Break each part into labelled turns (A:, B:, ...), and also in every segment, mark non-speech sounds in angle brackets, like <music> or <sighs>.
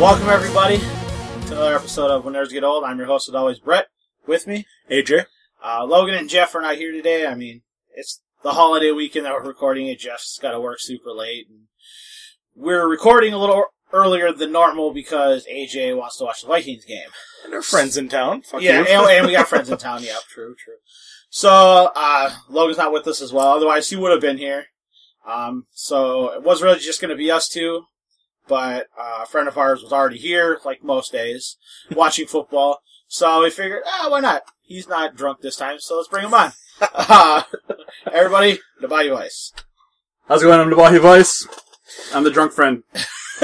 A: Welcome everybody to another episode of When Nerds Get Old. I'm your host as always, Brett. With me,
B: AJ.
A: uh, Logan and Jeff are not here today. I mean, it's the holiday weekend that we're recording it. Jeff's got to work super late, and we're recording a little earlier than normal because AJ wants to watch the Vikings game.
B: And our friends in town. Fuck
A: yeah,
B: <laughs> you.
A: and, and we got friends in town. Yeah, true, true. So uh, Logan's not with us as well. Otherwise, he would have been here. Um, so it was really just going to be us two, but uh, a friend of ours was already here, like most
B: <laughs>
A: days, watching football. So we figured, ah, why not? He's not drunk this time, so let's bring him
B: <laughs>
A: on. Uh, everybody, the body vice.
C: How's it going? I'm the Bahi Vice. I'm the drunk friend.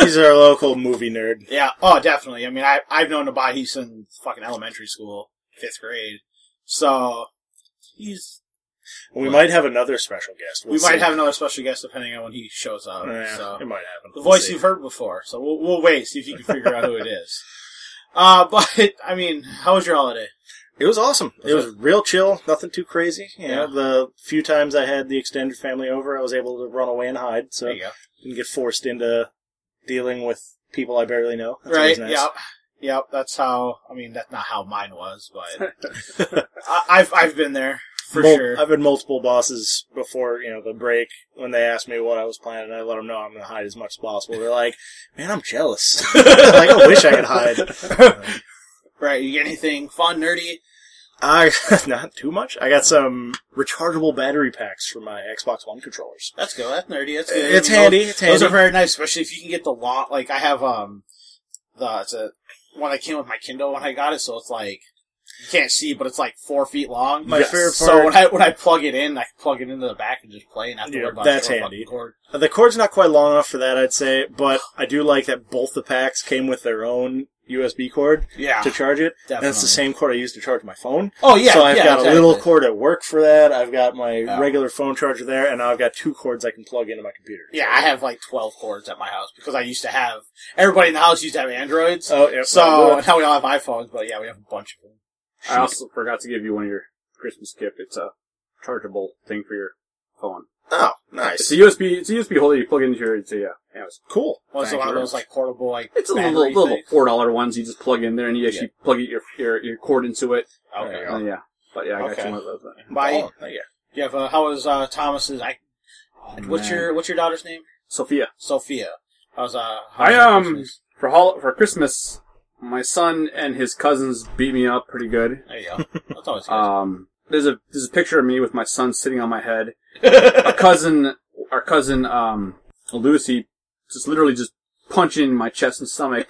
B: He's our local movie nerd.
A: Yeah, oh, definitely. I mean, I, I've known Nabahi since fucking elementary school, fifth grade. So, he's
B: And we might have another special guest.
A: we
B: We'll
A: might
B: see.
A: have another special guest depending on when he shows up.
B: Yeah,
A: so
B: It might happen.
A: the
B: We'll
A: voice
B: see.
A: you've heard before. So we'll, we'll wait see if you can figure out who it
B: <laughs>
A: is. Uh, but I mean, how was your holiday?
B: It was awesome.
A: Was
B: it was real chill. Nothing too crazy. You
A: Yeah.
B: know, the few times I had the extended family over, I was able to run away and hide, so
A: There you go.
B: didn't get forced into dealing with people I barely know. That's
A: right?
B: always nice.
A: Yep. Yep. That's how. I mean, that's not how mine was, but
B: <laughs>
A: I, I've I've been there for
B: Mul-
A: sure.
B: I've had multiple bosses before, you know, the break when they asked me what I was planning. I let them know I'm going to hide as much as possible. They're like, "Man, I'm jealous. <laughs> like I wish I could hide."
A: right? You get anything fun, nerdy?
B: I <laughs> not too much. I got some rechargeable battery packs for my Xbox One controllers.
A: That's good. That's nerdy. That's good.
B: It's
A: You know,
B: handy. It's handy.
A: Those are very nice, especially if you can get the long. Like I have um, the it's a one that came with my Kindle when I got it, so it's like you can't see, but it's like four feet long.
B: My favorite
A: So
B: part-
A: when I when I plug it in, I can plug it into the back and just play, and not have to
B: Yeah,
A: worry about
B: that's
A: the fucking
B: handy.
A: cord.
B: the cord's not quite long enough for that, I'd say, but I do like that both the packs came with their own USB cord
A: Yeah.
B: to charge it. And it's
A: Ah, Definitely.
B: the same cord I use to charge my phone.
A: Oh yeah.
B: so I've
A: yeah,
B: got
A: exactly.
B: a little cord at work for that. I've got my
A: Yeah.
B: regular phone charger there, and I've got two cords I can plug into my computer.
A: Yeah, I have like twelve cords at my house because I used to have everybody in the house used to have androids.
B: Oh, yeah.
A: so now we all have iPhones, but yeah, we have a bunch of them.
C: I also forgot to give you one of your Christmas gift. It's a chargeable thing for your phone.
B: oh,
C: It's
B: nice,
C: a USB. It's a USB holder you plug into your. It's a uh, yeah. yeah, it's-
B: cool.
A: Was it
C: Thank
A: one of
C: you.
A: those like portable like
C: It's a
A: battery
C: little, little,
A: thing?
C: four dollar ones. You just plug in there and you actually plug your, your your cord into it.
A: Okay.
B: There you
C: Uh, yeah. But yeah, I got
A: Okay.
C: you one of those.
A: Bye.
B: Oh, thank you.
A: Yeah, but how was uh, Thomas's? I, what's
C: man.
A: your what's your daughter's name?
C: Sophia.
A: Sophia. How's uh? how
C: I
A: was
C: um
A: Christmas?
C: for hol- for Christmas, my son and his cousins beat me up pretty good.
A: There you go. That's
C: <laughs>
A: always good.
C: Um, there's a there's a picture of me with my son sitting on my head.
B: <laughs>
C: our cousin, our cousin, um, Lucy, just literally just punching my chest
B: <laughs>
C: and stomach.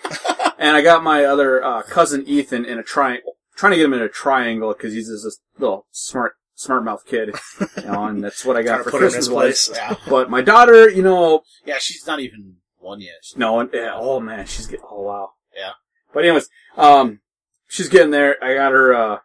C: and I got my other uh, cousin Ethan in a triangle, trying to get him in a triangle because he's just this little smart, smart mouth
B: <laughs>
C: kid, you know, and that's what I
B: Trying
C: got
B: to
C: for
B: put her in
C: Christmas.
B: his
C: Was.
B: place.
A: yeah,
C: But my daughter, you know,
A: yeah. She's not even one yet. She-
C: no, and, yeah, oh man, she's getting, oh wow,
A: Yeah.
C: But anyways, um, she's getting there. I got her uh,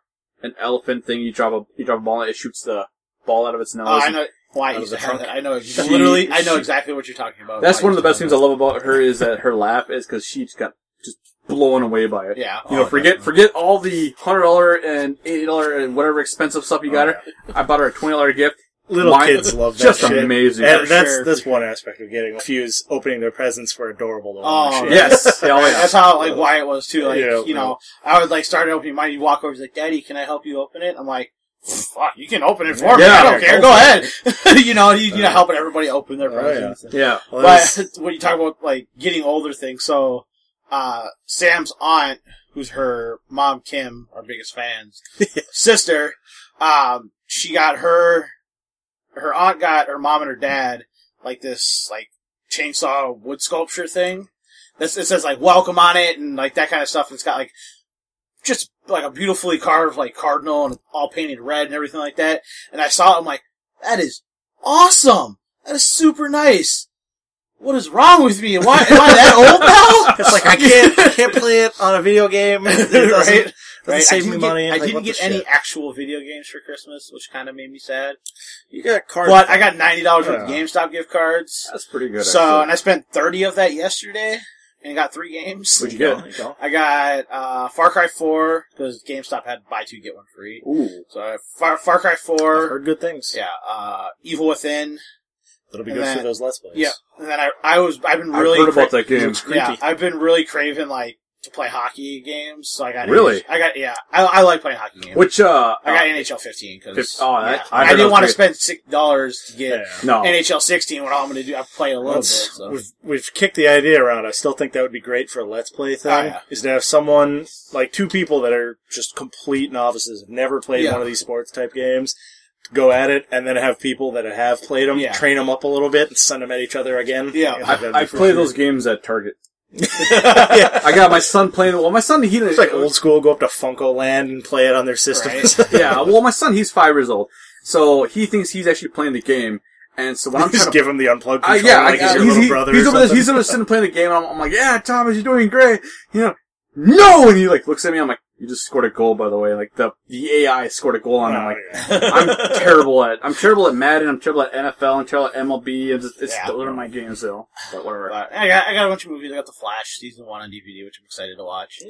C: an elephant thing. You drop a, you drop a ball, and it shoots the ball out of its nose.
A: Oh, I know why
B: Out
A: you
B: of the
A: have
B: trunk.
A: that. I know
C: She-
A: literally. I know
C: she-
A: exactly what you're talking about.
C: That's
A: Why
C: one of
A: you
C: the best
A: have
C: things I love about her is that her laugh is because she just got just blown away by
A: that.
C: it.
A: Yeah.
C: You know,
A: Oh,
C: forget
A: definitely.
C: forget all the hundred dollar and eighty dollar and whatever expensive stuff you got
B: Oh,
C: her. I bought her a twenty dollar gift.
B: Little
C: Mine-
B: kids
C: <laughs>
B: love that
C: just
B: shit.
C: amazing.
B: And
A: For
B: Eh, that's
A: sure,
B: that's
A: for
B: one aspect of getting fuse opening their presents were adorable to
A: Oh,
B: watch. yeah. <laughs>
C: yes, oh yeah.
A: That's how like why it was too. Like
B: Yeah,
A: you know, I would like start opening mine. You walk over, he's like, "Daddy, can I help you open it?" I'm like, "Fuck, you can open it for me.
C: Yeah.
A: I don't care. Go ahead." <laughs> you know, you, you know, helping everybody open their
B: Oh, yeah.
A: presents.
C: Yeah,
B: Well, that's-
A: but <laughs> when you talk about like getting older things, so uh, Sam's aunt, who's her mom Kim, our biggest fans, sister, um, she got her her aunt got her mom and her dad like this like chainsaw wood sculpture thing. This it says like welcome on it and like that kind of stuff. It's got like just like a beautifully carved like cardinal and all painted red and everything like that. And I saw it, I'm like, that is awesome. That is super nice. What is wrong with me? Am I, am I that <laughs> old now?
B: it's like <laughs> I can't I can't play it on a video game. <laughs> It doesn't,
A: Right?
B: doesn't
A: Right, I
B: save me
A: didn't get,
B: money.
A: I
B: Like,
A: didn't
B: what the
A: get any
B: shit?
A: actual video games for Christmas, which kind of made me sad.
B: You got cards.
A: But I got ninety dollars worth of
B: Yeah.
A: GameStop gift cards.
C: that's pretty good.
A: so
C: actually.
A: and I spent thirty of that yesterday and got three games.
C: What'd you get?
B: There you go.
A: I got uh, Far Cry Four because GameStop had buy two get one free.
C: Ooh,
A: So I, Far Far Cry
B: I've
A: Four,
B: heard good things.
A: yeah, uh, Evil Within,
B: That'll be
A: And
B: good for
A: that-
B: those Let's Plays.
A: Yeah, and then I I was I've been really
C: I've heard about
A: cra-
C: that game.
A: yeah I've been really craving like to play hockey games. So I got
C: Really?
A: I got yeah I, I like playing hockey games.
C: Which uh,
A: I got
C: uh,
A: NHL 15 because
C: Fif- oh, that- Oh. I
A: I,
C: heard
A: didn't
C: those
A: want to
C: great.
A: spend six dollars to get
B: Yeah.
C: no,
A: NHL 16 when all I'm going to do I play a little bit.
B: Let's-
A: So. <laughs>
B: We've we've kicked the idea around. I still think that would be great for a let's play thing.
C: Ah,
A: Oh, yeah.
B: Is to have someone like two people that are just complete novices, have never played
A: Yeah.
B: one of these sports type games, go at it, and then have people that have played them
A: Yeah.
B: train them up a little bit and send them at each other again.
A: Yeah.
B: think that'd be
C: I, I
B: for
C: play
B: sure.
C: those games at Target.
B: <laughs> yeah.
C: I got my son playing. Well, my son he
B: It's like old school. Go up to Funko Land and play it on their systems. <laughs>
C: <laughs> yeah. Well, my son he's five years old, so he thinks he's actually playing the game. And so when
B: <laughs>
C: I'm
B: just
C: trying to,
B: give him the unplugged
C: I,
B: controller
C: yeah, I,
B: like he's your
C: he's,
B: little
C: he-
B: brother.
C: he's
B: or
C: over there,
B: something.
C: he's over there sitting playing the game. And I'm, I'm like, yeah, Thomas, you're doing great.
B: <laughs>
C: You know, no, and he like looks at me. I'm like, you just scored a goal, by the way. Like the the AI scored a goal,
B: Oh,
C: and I'm like,
B: yeah.
C: I'm
B: <laughs>
C: terrible at I'm terrible at Madden. I'm terrible at NFL. I'm terrible at MLB. It's, just, it's
A: Yeah.
C: those are my games though. But whatever.
A: But I got I got a bunch of movies. I got The Flash season one on DVD, which I'm excited to watch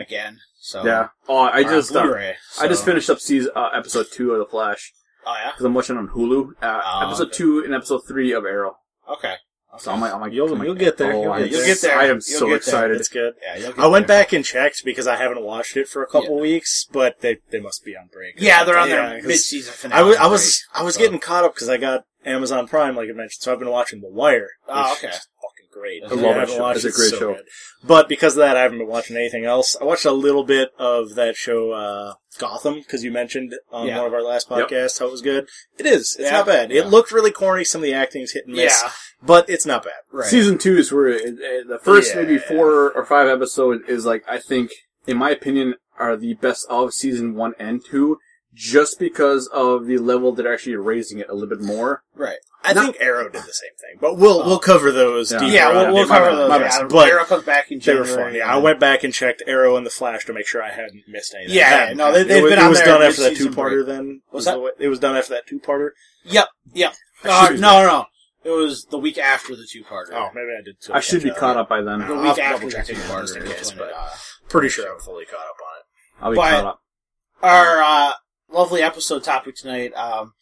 A: again. So
C: yeah. Oh, I
A: or on
C: just uh,
A: Blu-ray,
C: I just
A: so-
C: finished up season uh, episode two of The Flash
A: Oh yeah.
C: because I'm watching on Hulu. Uh,
A: Oh,
C: episode
A: okay.
C: two and episode three of Arrow.
A: Okay. okay.
C: So I'm like, I'm like,
B: You'll-
C: I'm like,
B: you'll get there.
C: oh,
B: You'll
C: I'm
B: get there.
C: s-
A: You'll get there.
C: I am
A: You'll
C: so
A: get there.
C: excited.
B: That's good.
A: yeah, you'll get
B: I went
A: there.
B: back and checked because I haven't watched it for a couple weeks, but they they must be on break.
A: Yeah, they're on
B: Yeah,
A: their
B: 'cause
A: mid-season finale.
B: I was I was
A: break,
B: I was
A: so-
B: getting caught up because I got Amazon Prime, like I mentioned, so I've been watching The Wire.
A: Oh,
B: which
A: okay.
B: is fucking great.
A: I love
B: haven't
C: that show.
B: watched
C: It's a
B: it,
C: great
B: so
C: show.
B: good. But because of that, I haven't been watching anything else. I watched a little bit of that show uh, Gotham because you mentioned on
A: Yeah.
B: one of our last
C: Yep.
B: podcasts how it was good. It is. It's
A: Yeah.
B: not bad.
A: Yeah.
B: It looked really corny. Some of the acting's hit and
A: yeah
B: miss, but it's not bad.
A: right.
C: Season two is where it, it- the first
B: Yeah.
C: maybe four or five episode is like I think, in my opinion, are the best of season one and two, just because of the level they're actually raising it a little bit more.
A: right.
B: I
C: Not-
B: think Arrow did the same thing, but we'll
A: Oh.
B: we'll cover those.
C: Yeah.
B: deeper
A: Yeah,
B: on
A: we'll, we'll
B: in my-
A: cover those.
B: my
A: Yeah,
B: best, but
A: Arrow comes back in
B: They were
A: January. Uh,
B: fun. Yeah, I went back and checked Arrow and the Flash to make sure I hadn't missed anything.
A: Yeah,
B: I hadn't.
A: no, they-
B: It
A: they've
B: was-
A: been
B: It
A: on
B: was
A: there
B: done
A: every
B: after that
A: season
B: two-parter. Then was
A: that-
B: the way- It was done after that two-parter.
A: Yep, yep.
C: I
A: Uh,
C: should be-
A: no, no, it was the week after the two-parter.
B: Oh, maybe I did.
C: I should be caught up by then.
A: the
B: I'll
A: week
B: have to
A: after
B: double
A: the
B: check it
A: two-parter.
B: just in
A: is
B: case,
A: when it,
B: but-
A: uh,
B: Pretty sure I'm fully caught up on it.
C: I'll be
A: But-
C: caught up.
A: our uh, lovely episode topic tonight. Um,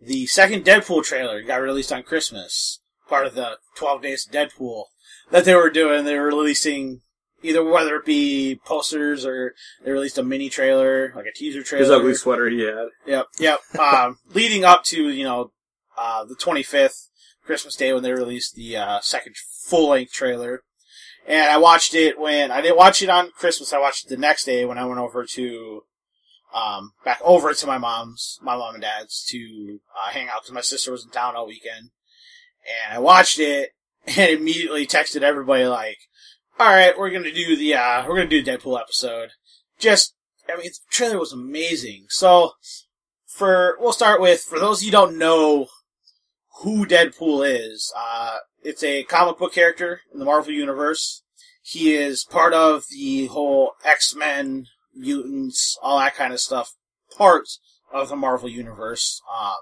A: the second Deadpool trailer got released on Christmas, part of the 12 Days of Deadpool that they were doing. They were releasing either whether it be posters or they released a mini trailer, like a teaser trailer.
C: His ugly sweater he had.
A: Yep, yep. um, <laughs> leading up to you know uh, the 25th Christmas Day when they released the uh, second full length trailer, and I watched it when I didn't watch it on Christmas. I watched it the next day when I went over to um, back over to my mom's, my mom and dad's to uh, hang out because my sister was in town all weekend, and I watched it <laughs> and immediately texted everybody like, "All right, we're gonna do the uh, we're gonna do Deadpool episode." Just I mean, the trailer was amazing. So, for we'll start with for those of you who don't know who Deadpool is. Uh, it's a comic book character in the Marvel universe. He is part of the whole X Men, mutants, all that kind of stuff. Part of the Marvel universe, um,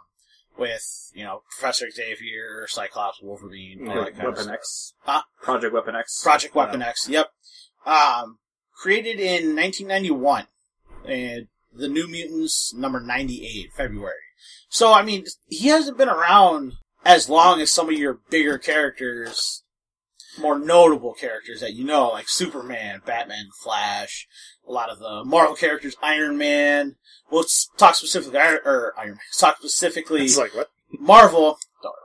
A: with you know Professor Xavier, Cyclops, Wolverine, all that kind of
C: Weapon
A: stuff. Uh,
C: X.
A: Huh?
C: Project Weapon X. <laughs>
A: Project Weapon X. Yep. Um, created in 1991, and the New Mutants number 98, February. So I mean, he hasn't been around as long as some of your bigger characters, more notable characters that you know, like Superman, Batman, Flash, a lot of the Marvel characters, Iron Man. We'll s- talk specifically, Iron, or Iron Man. Talk specifically.
B: It's like what?
A: Marvel, don't worry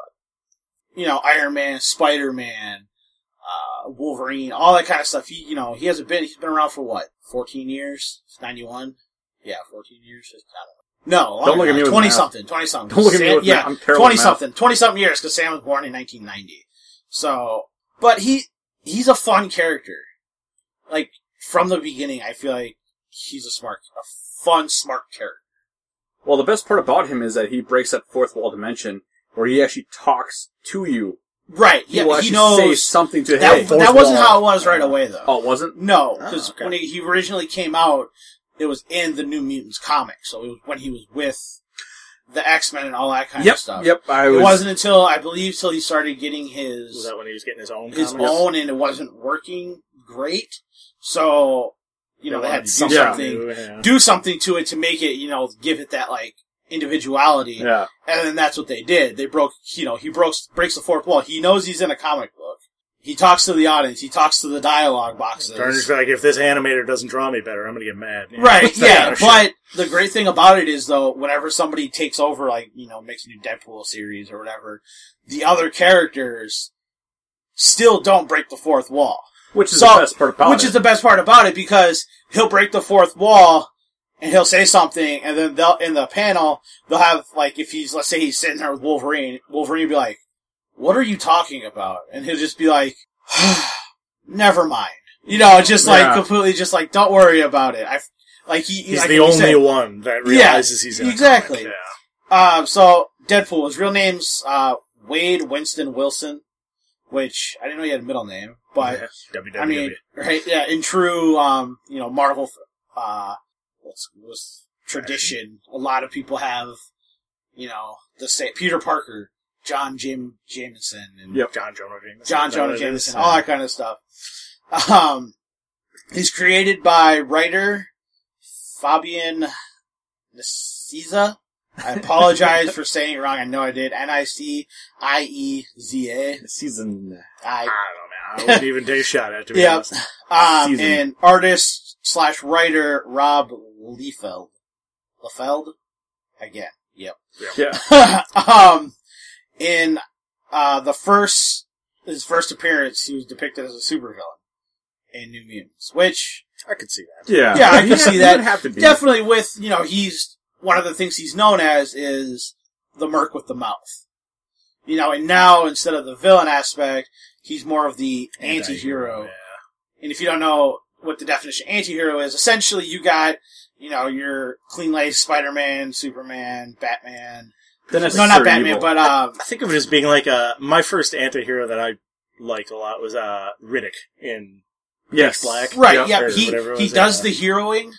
A: about it. you know, Iron Man, Spider Man, uh, Wolverine, all that kind of stuff. He, you know, he hasn't been, he's been around for what, 14 years? 91? Yeah, 14 years? I don't know. No, longer
C: Don't look at
A: than
C: me
A: that.
C: with
A: 20
C: math.
A: something, 20 something.
C: Don't look at me
A: Sam-
C: with
A: Yeah,
C: that. I'm terrible.
A: 20
C: at math.
A: something, 20 something years because Sam was born in 1990. So, but he, he's a fun character. Like, from the beginning, I feel like he's a smart, a fun, smart character.
C: Well, the best part about him is that he breaks that fourth wall dimension, where he actually talks to you.
A: Right,
C: He
A: yeah,
C: will
A: he
C: actually
A: knows.
C: say something to
A: That,
C: hey.
A: but that wasn't how it was right away, though.
C: Oh, it wasn't?
A: No,
B: Oh,
A: because
B: okay.
A: when he, he originally came out, it was in the New Mutants comic. So it was when he was with the X Men and all that kind
C: Yep,
A: of stuff.
C: yep. I
A: It
C: was,
A: wasn't until I believe till he started getting
B: Was
A: his
B: that when he was getting his own?
A: his
B: comics?
A: own, and it wasn't working great. So you know they had
B: wanted
A: to do
C: Yeah.
A: something,
B: new, yeah.
A: do something to it to make it you know give it that like individuality.
C: Yeah.
A: And then that's what they did. They broke, you know, he broke, breaks the fourth wall. He knows he's in a comic book. He talks to the audience. He talks to the dialogue boxes.
B: Turner's like, if this animator doesn't draw me better, I'm gonna get mad. You know,
A: Right,
B: it's that
A: yeah.
B: kind of shit.
A: But the great thing about it is though, whenever somebody takes over, like, you know, makes a new Deadpool series or whatever, the other characters still don't break the fourth wall.
C: Which is
A: So-
C: the best part about
A: which
C: it.
A: is the best part about it because he'll break the fourth wall and he'll say something and then they'll, in the panel, they'll have like, if he's, let's say he's sitting there with Wolverine, Wolverine will be like, what are you talking about? And he'll just be like, <sighs> never mind. You know, just like
C: Yeah.
A: completely just like, don't worry about it. I, like he,
B: he's
A: like
B: the
A: you
B: only
A: said,
B: one that realizes he's in a
A: exactly.
B: comic.
A: Um, so Deadpool, his real name's uh, Wade Winston Wilson, which I didn't know he had a middle name, but
B: Yeah. WWE.
A: I mean, right? Yeah, in true, um, you know, Marvel, uh, what's, what's tradition. A lot of people have, you know, the same Peter Parker, John Jim Jameson, and
C: Yep.
B: John Jonah Jameson. Oh,
A: John
B: Is that what
A: Jonah
B: it is?
A: Jameson, all that kind of stuff. Um, he's created by writer Fabian Nicieza. I apologize <laughs> for saying it wrong. I know I did. N I C I E Z A.
C: season.
A: I
B: I don't know, man. I wouldn't even take a shot at it. To
A: <laughs>
B: be
A: Yeah.
B: honest.
A: um,
C: Season.
A: and artist slash writer Rob Liefeld. Liefeld? Again, yep.
C: Yeah.
A: <laughs> um, in uh, the first his first appearance, he was depicted as a supervillain in New Mutants, which
B: I could see that.
C: Yeah.
A: Yeah, I can
C: You'd
A: see
C: have-
A: that.
C: you'd have to be.
A: definitely with you know he's one of the things he's known as is the merc with the mouth you know and now instead of the villain aspect he's more of the anti-hero
B: Yeah.
A: and if you don't know what the definition of anti-hero is essentially you got you know your clean laced spider-man superman batman
C: Then it's
A: no not
C: Sir
A: batman
C: Evil.
A: but um
B: I think of it as being like uh my first anti-hero that I liked a lot was uh Riddick in
C: yes,
B: Black.
A: right
B: Yep.
A: yeah
B: Or
A: he
B: whatever it
A: he
B: was,
A: does
B: uh,
A: the heroing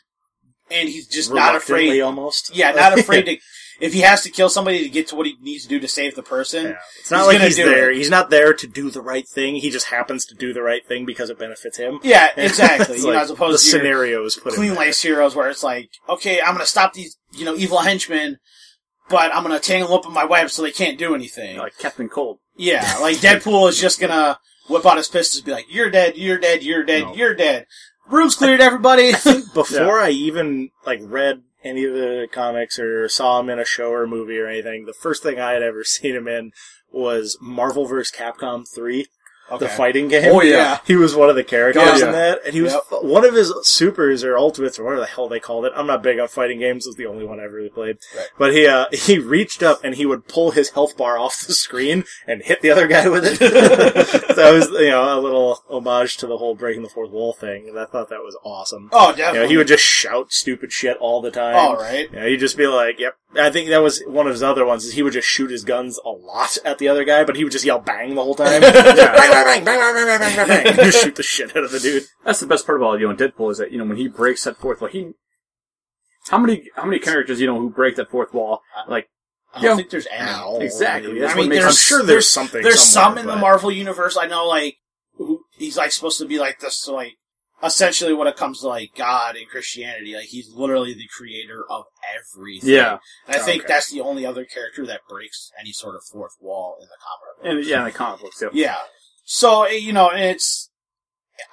A: and he's just not
B: Reluctantly
A: afraid
B: almost.
A: yeah
B: <laughs>
A: not afraid to if he has to kill somebody to get to what he needs to do to save the person
B: Yeah. It's not
A: He's
B: like
A: gonna
B: he's
A: do
B: there.
A: it.
B: He's not there to do the right thing. He just happens to do the right thing because it benefits him. <laughs>
A: Yeah, exactly.
B: It's
A: you know,
B: like
A: as opposed
B: the
A: to your
B: scenario is put in
A: clean
B: there.
A: lace heroes where it's like, okay, I'm gonna stop these, you know, evil henchmen, but I'm gonna tangle up with my web so they can't do anything.
C: like Captain Cold.
A: yeah, like Deadpool is just gonna whip out his pistols and be like, you're dead, you're dead, you're dead,
B: No.
A: you're dead. Room's cleared, everybody.
B: before I even like read any of the comics or saw him in a show or movie or anything, the first thing I had ever <laughs> seen him in was Marvel vs. Capcom 3, the fighting game.
C: Oh, yeah.
B: <laughs> He was one of the characters
A: Oh,
C: yeah.
B: in that, and he was
A: Yep.
B: one of his supers or ultimates or whatever the hell they called it. I'm not big on fighting games; it was the only one I really played.
A: Right.
B: But he uh, <laughs> he reached up and he would pull his health bar off the screen and hit the other guy with it. <laughs> that was you know a little homage to the whole breaking the fourth wall thing, and I thought that was awesome.
A: Oh,
B: You
A: definitely.
B: know, he would just shout stupid shit all the time.
A: All right.
B: You know, he'd just be like, "Yep." I think that was one of his other ones. Is he would just shoot his guns a lot at the other guy, but he would just yell "bang" the
A: <laughs>
B: whole time. bang, bang, bang, bang, bang, bang, bang, bang, <laughs> bang. just shoot the shit out of the dude.
C: That's the best part about you know Deadpool is that you know when he breaks that fourth wall, he how many how many characters you know who break that fourth wall? Like
A: I
C: Yeah.
A: don't think there's any.
B: Ow.
C: Exactly. That's
A: I mean,
C: what makes
B: I'm
A: there's-
B: sure there's something.
A: There's some
B: somewhere,
A: in the
B: but-
A: Marvel universe. I know, like who- he's like supposed to be like this, like essentially when it comes to like God and Christianity, like he's literally the creator of everything.
C: yeah,
A: and I think
B: Okay.
A: that's the only other character that breaks any sort of fourth wall in the comic. book.
C: and yeah, in the comic books. Yeah.
A: Yeah, so eh, you know, and it's.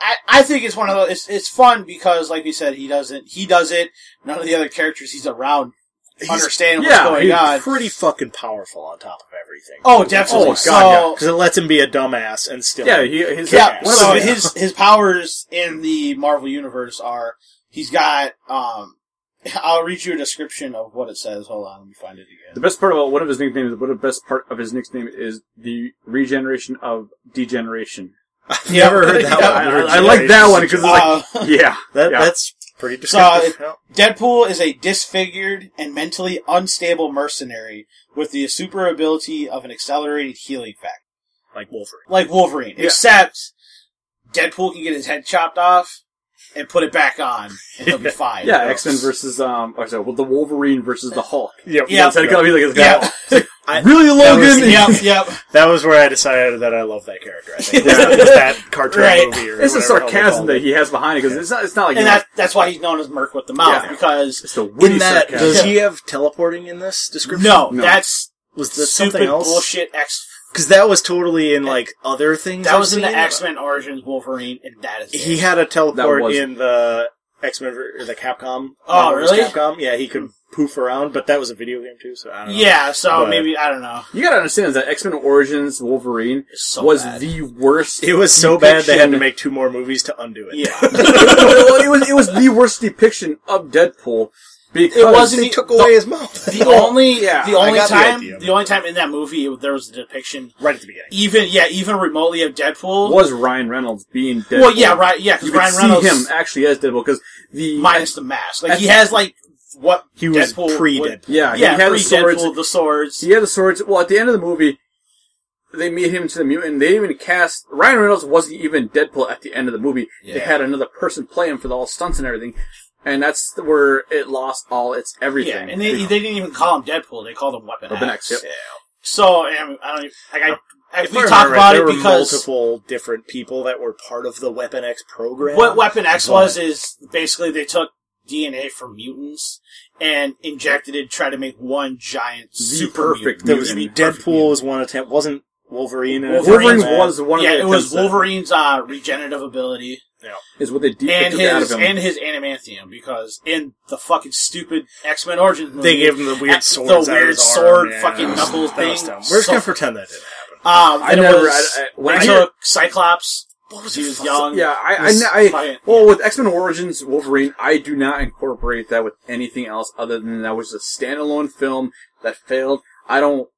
A: I, I think it's one of those. It's, it's fun because, like we said, he doesn't. He does it. None of the other characters he's around
B: He's-
A: understand
C: yeah,
A: what's going
B: he's
A: on.
B: pretty fucking powerful on top of everything.
A: Oh, definitely.
C: Oh, God,
A: so,
C: yeah.
B: because it lets him be a dumbass and still.
C: Yeah, he, his,
A: Yeah,
C: one of
A: so
C: the-
A: his his powers in the Marvel universe are he's got um <laughs> I'll read you a description of what it says. Hold on, let me find it
C: the
A: again.
C: best part about one of his nicknames, one of the best part of his nickname is the regeneration of
B: <laughs>
C: degeneration.
B: I've never heard <laughs> that
A: Yeah,
B: one.
C: I- I- I like that one 'cause it's like-
A: Uh, <laughs>
C: Yeah,
B: that,
C: yeah.
B: that's pretty
A: So,
B: descriptive.
A: Deadpool is a disfigured and mentally unstable mercenary with the super ability of an accelerated healing factor.
B: like Wolverine.
A: Like Wolverine,
C: Yeah.
A: except Deadpool can get his head chopped off and put it back on, and
B: <laughs>
A: he'll be fine.
C: Yeah, X Men versus um, or sorry, well, the Wolverine versus the Hulk.
B: <laughs> Yep.
A: Yeah.
C: so it's gotta be like this guy.
A: Yep, <laughs>
B: <laughs> I-
C: really,
B: was- <laughs>
C: Logan?
A: yep, yep.
B: That was where I decided that I love that character. I think
A: Yeah.
B: <laughs> It was that cartoon
A: Right.
B: movie. Or
C: It's the
B: whatever the hell they
C: sarcasm
B: called it.
C: that he has behind it because it's not. It's not like
A: And
C: you know,
A: that, that's why he's known as Merc with the Mouth,
C: Yeah.
A: because
C: it's the witty
B: In that,
C: sarcasm.
B: does he have teleporting in this description?
A: no,
C: No.
A: that's
B: was that
A: stupid
B: something else?
A: bullshit X.
B: Because that was totally in like other things.
A: That
B: I've
A: was in the
B: seen.
A: X Men Origins Wolverine, and that is it.
B: He had a
C: That
B: teleport
C: was-
B: in the X Men or the Capcom.
A: Oh,
B: Marvel's
A: really? Hmm.
B: Capcom. Yeah, he could poof around, but that was a video game too. So I don't know.
A: yeah, so
B: uh, But-
A: maybe I don't
B: <laughs>
A: know.
C: you gotta understand is that X Men Origins Wolverine
A: It's so
C: was
A: bad.
C: the worst.
B: It was so bad they had to
C: depiction-
B: make two more movies to undo it. <laughs>
A: yeah.
C: <laughs> Well, it was it was the worst depiction of Deadpool because
A: It wasn't-
B: They took away his mouth.
A: The only
C: yeah,
A: the
B: I
A: only
B: got the
A: time
B: idea.
A: the, only time in that movie it- there was a depiction
B: Oh, right at the beginning.
A: even yeah even remotely of Deadpool.
C: was Ryan Reynolds being Deadpool.
A: well, yeah, right, yeah, because
C: You could
A: Ryan
C: see
A: Reynolds
C: him actually as Deadpool because the
A: minus the mask, like he
C: That's-
A: has like what
B: He was
A: Deadpool
B: pre
A: would-
B: Deadpool.
C: yeah
A: yeah
C: he had
A: pre
C: the swords
A: Deadpool the swords.
C: he had the swords. Well, at the end of the movie, they made him into the mutant. They even cast Ryan Reynolds wasn't even Deadpool at the end of the movie. They
B: Yeah.
C: had another person play him for the all stunts and everything, and that's where it lost all its
A: Yeah,
C: everything.
A: and they, they didn't even call him Deadpool; they called him Weapon,
C: Weapon
A: X.
C: X, yep. Uh,
A: Yeah. So and I don't even, like I, I
B: If
A: we
B: I
A: talk
B: remember
A: about
B: right,
A: it
B: there
A: because
B: were multiple different people that were part of the Weapon X program.
A: what Weapon X
B: But-
A: was is basically they took DNA from mutants and injected it, tried to make one giant super
C: perfect
A: mutant.
B: There was
A: It would be
B: Deadpool was one attempt. Wasn't Wolverine? in it?
C: Wolverine
A: Wolverine's-
C: was one of
A: yeah,
C: the
A: it was
C: attempts that-
A: Wolverine's uh, regenerative ability
C: is what they deep
A: and
C: took out of
A: his
C: him.
A: and his animanthium because in the fucking stupid X Men Origins movie,
B: They gave him the
A: the
B: weird swords. out of
A: weird
B: his arm,
A: sword
B: yeah.
A: fucking
B: That
A: knuckle
B: was
A: thing.
B: dumb. We're just
A: So-
B: gonna pretend that didn't happen.
A: um,
C: I
A: and it
C: never-
A: was-
C: I-
B: uh,
C: I- when
A: they
C: I-
A: took Cyclops. What was he was
B: fuck-
A: young?
C: yeah, I, I,
A: was
C: I-
A: fucking-
C: well, with X Men Origins Wolverine, I do not incorporate that with anything else other than that was a standalone film that failed. I don't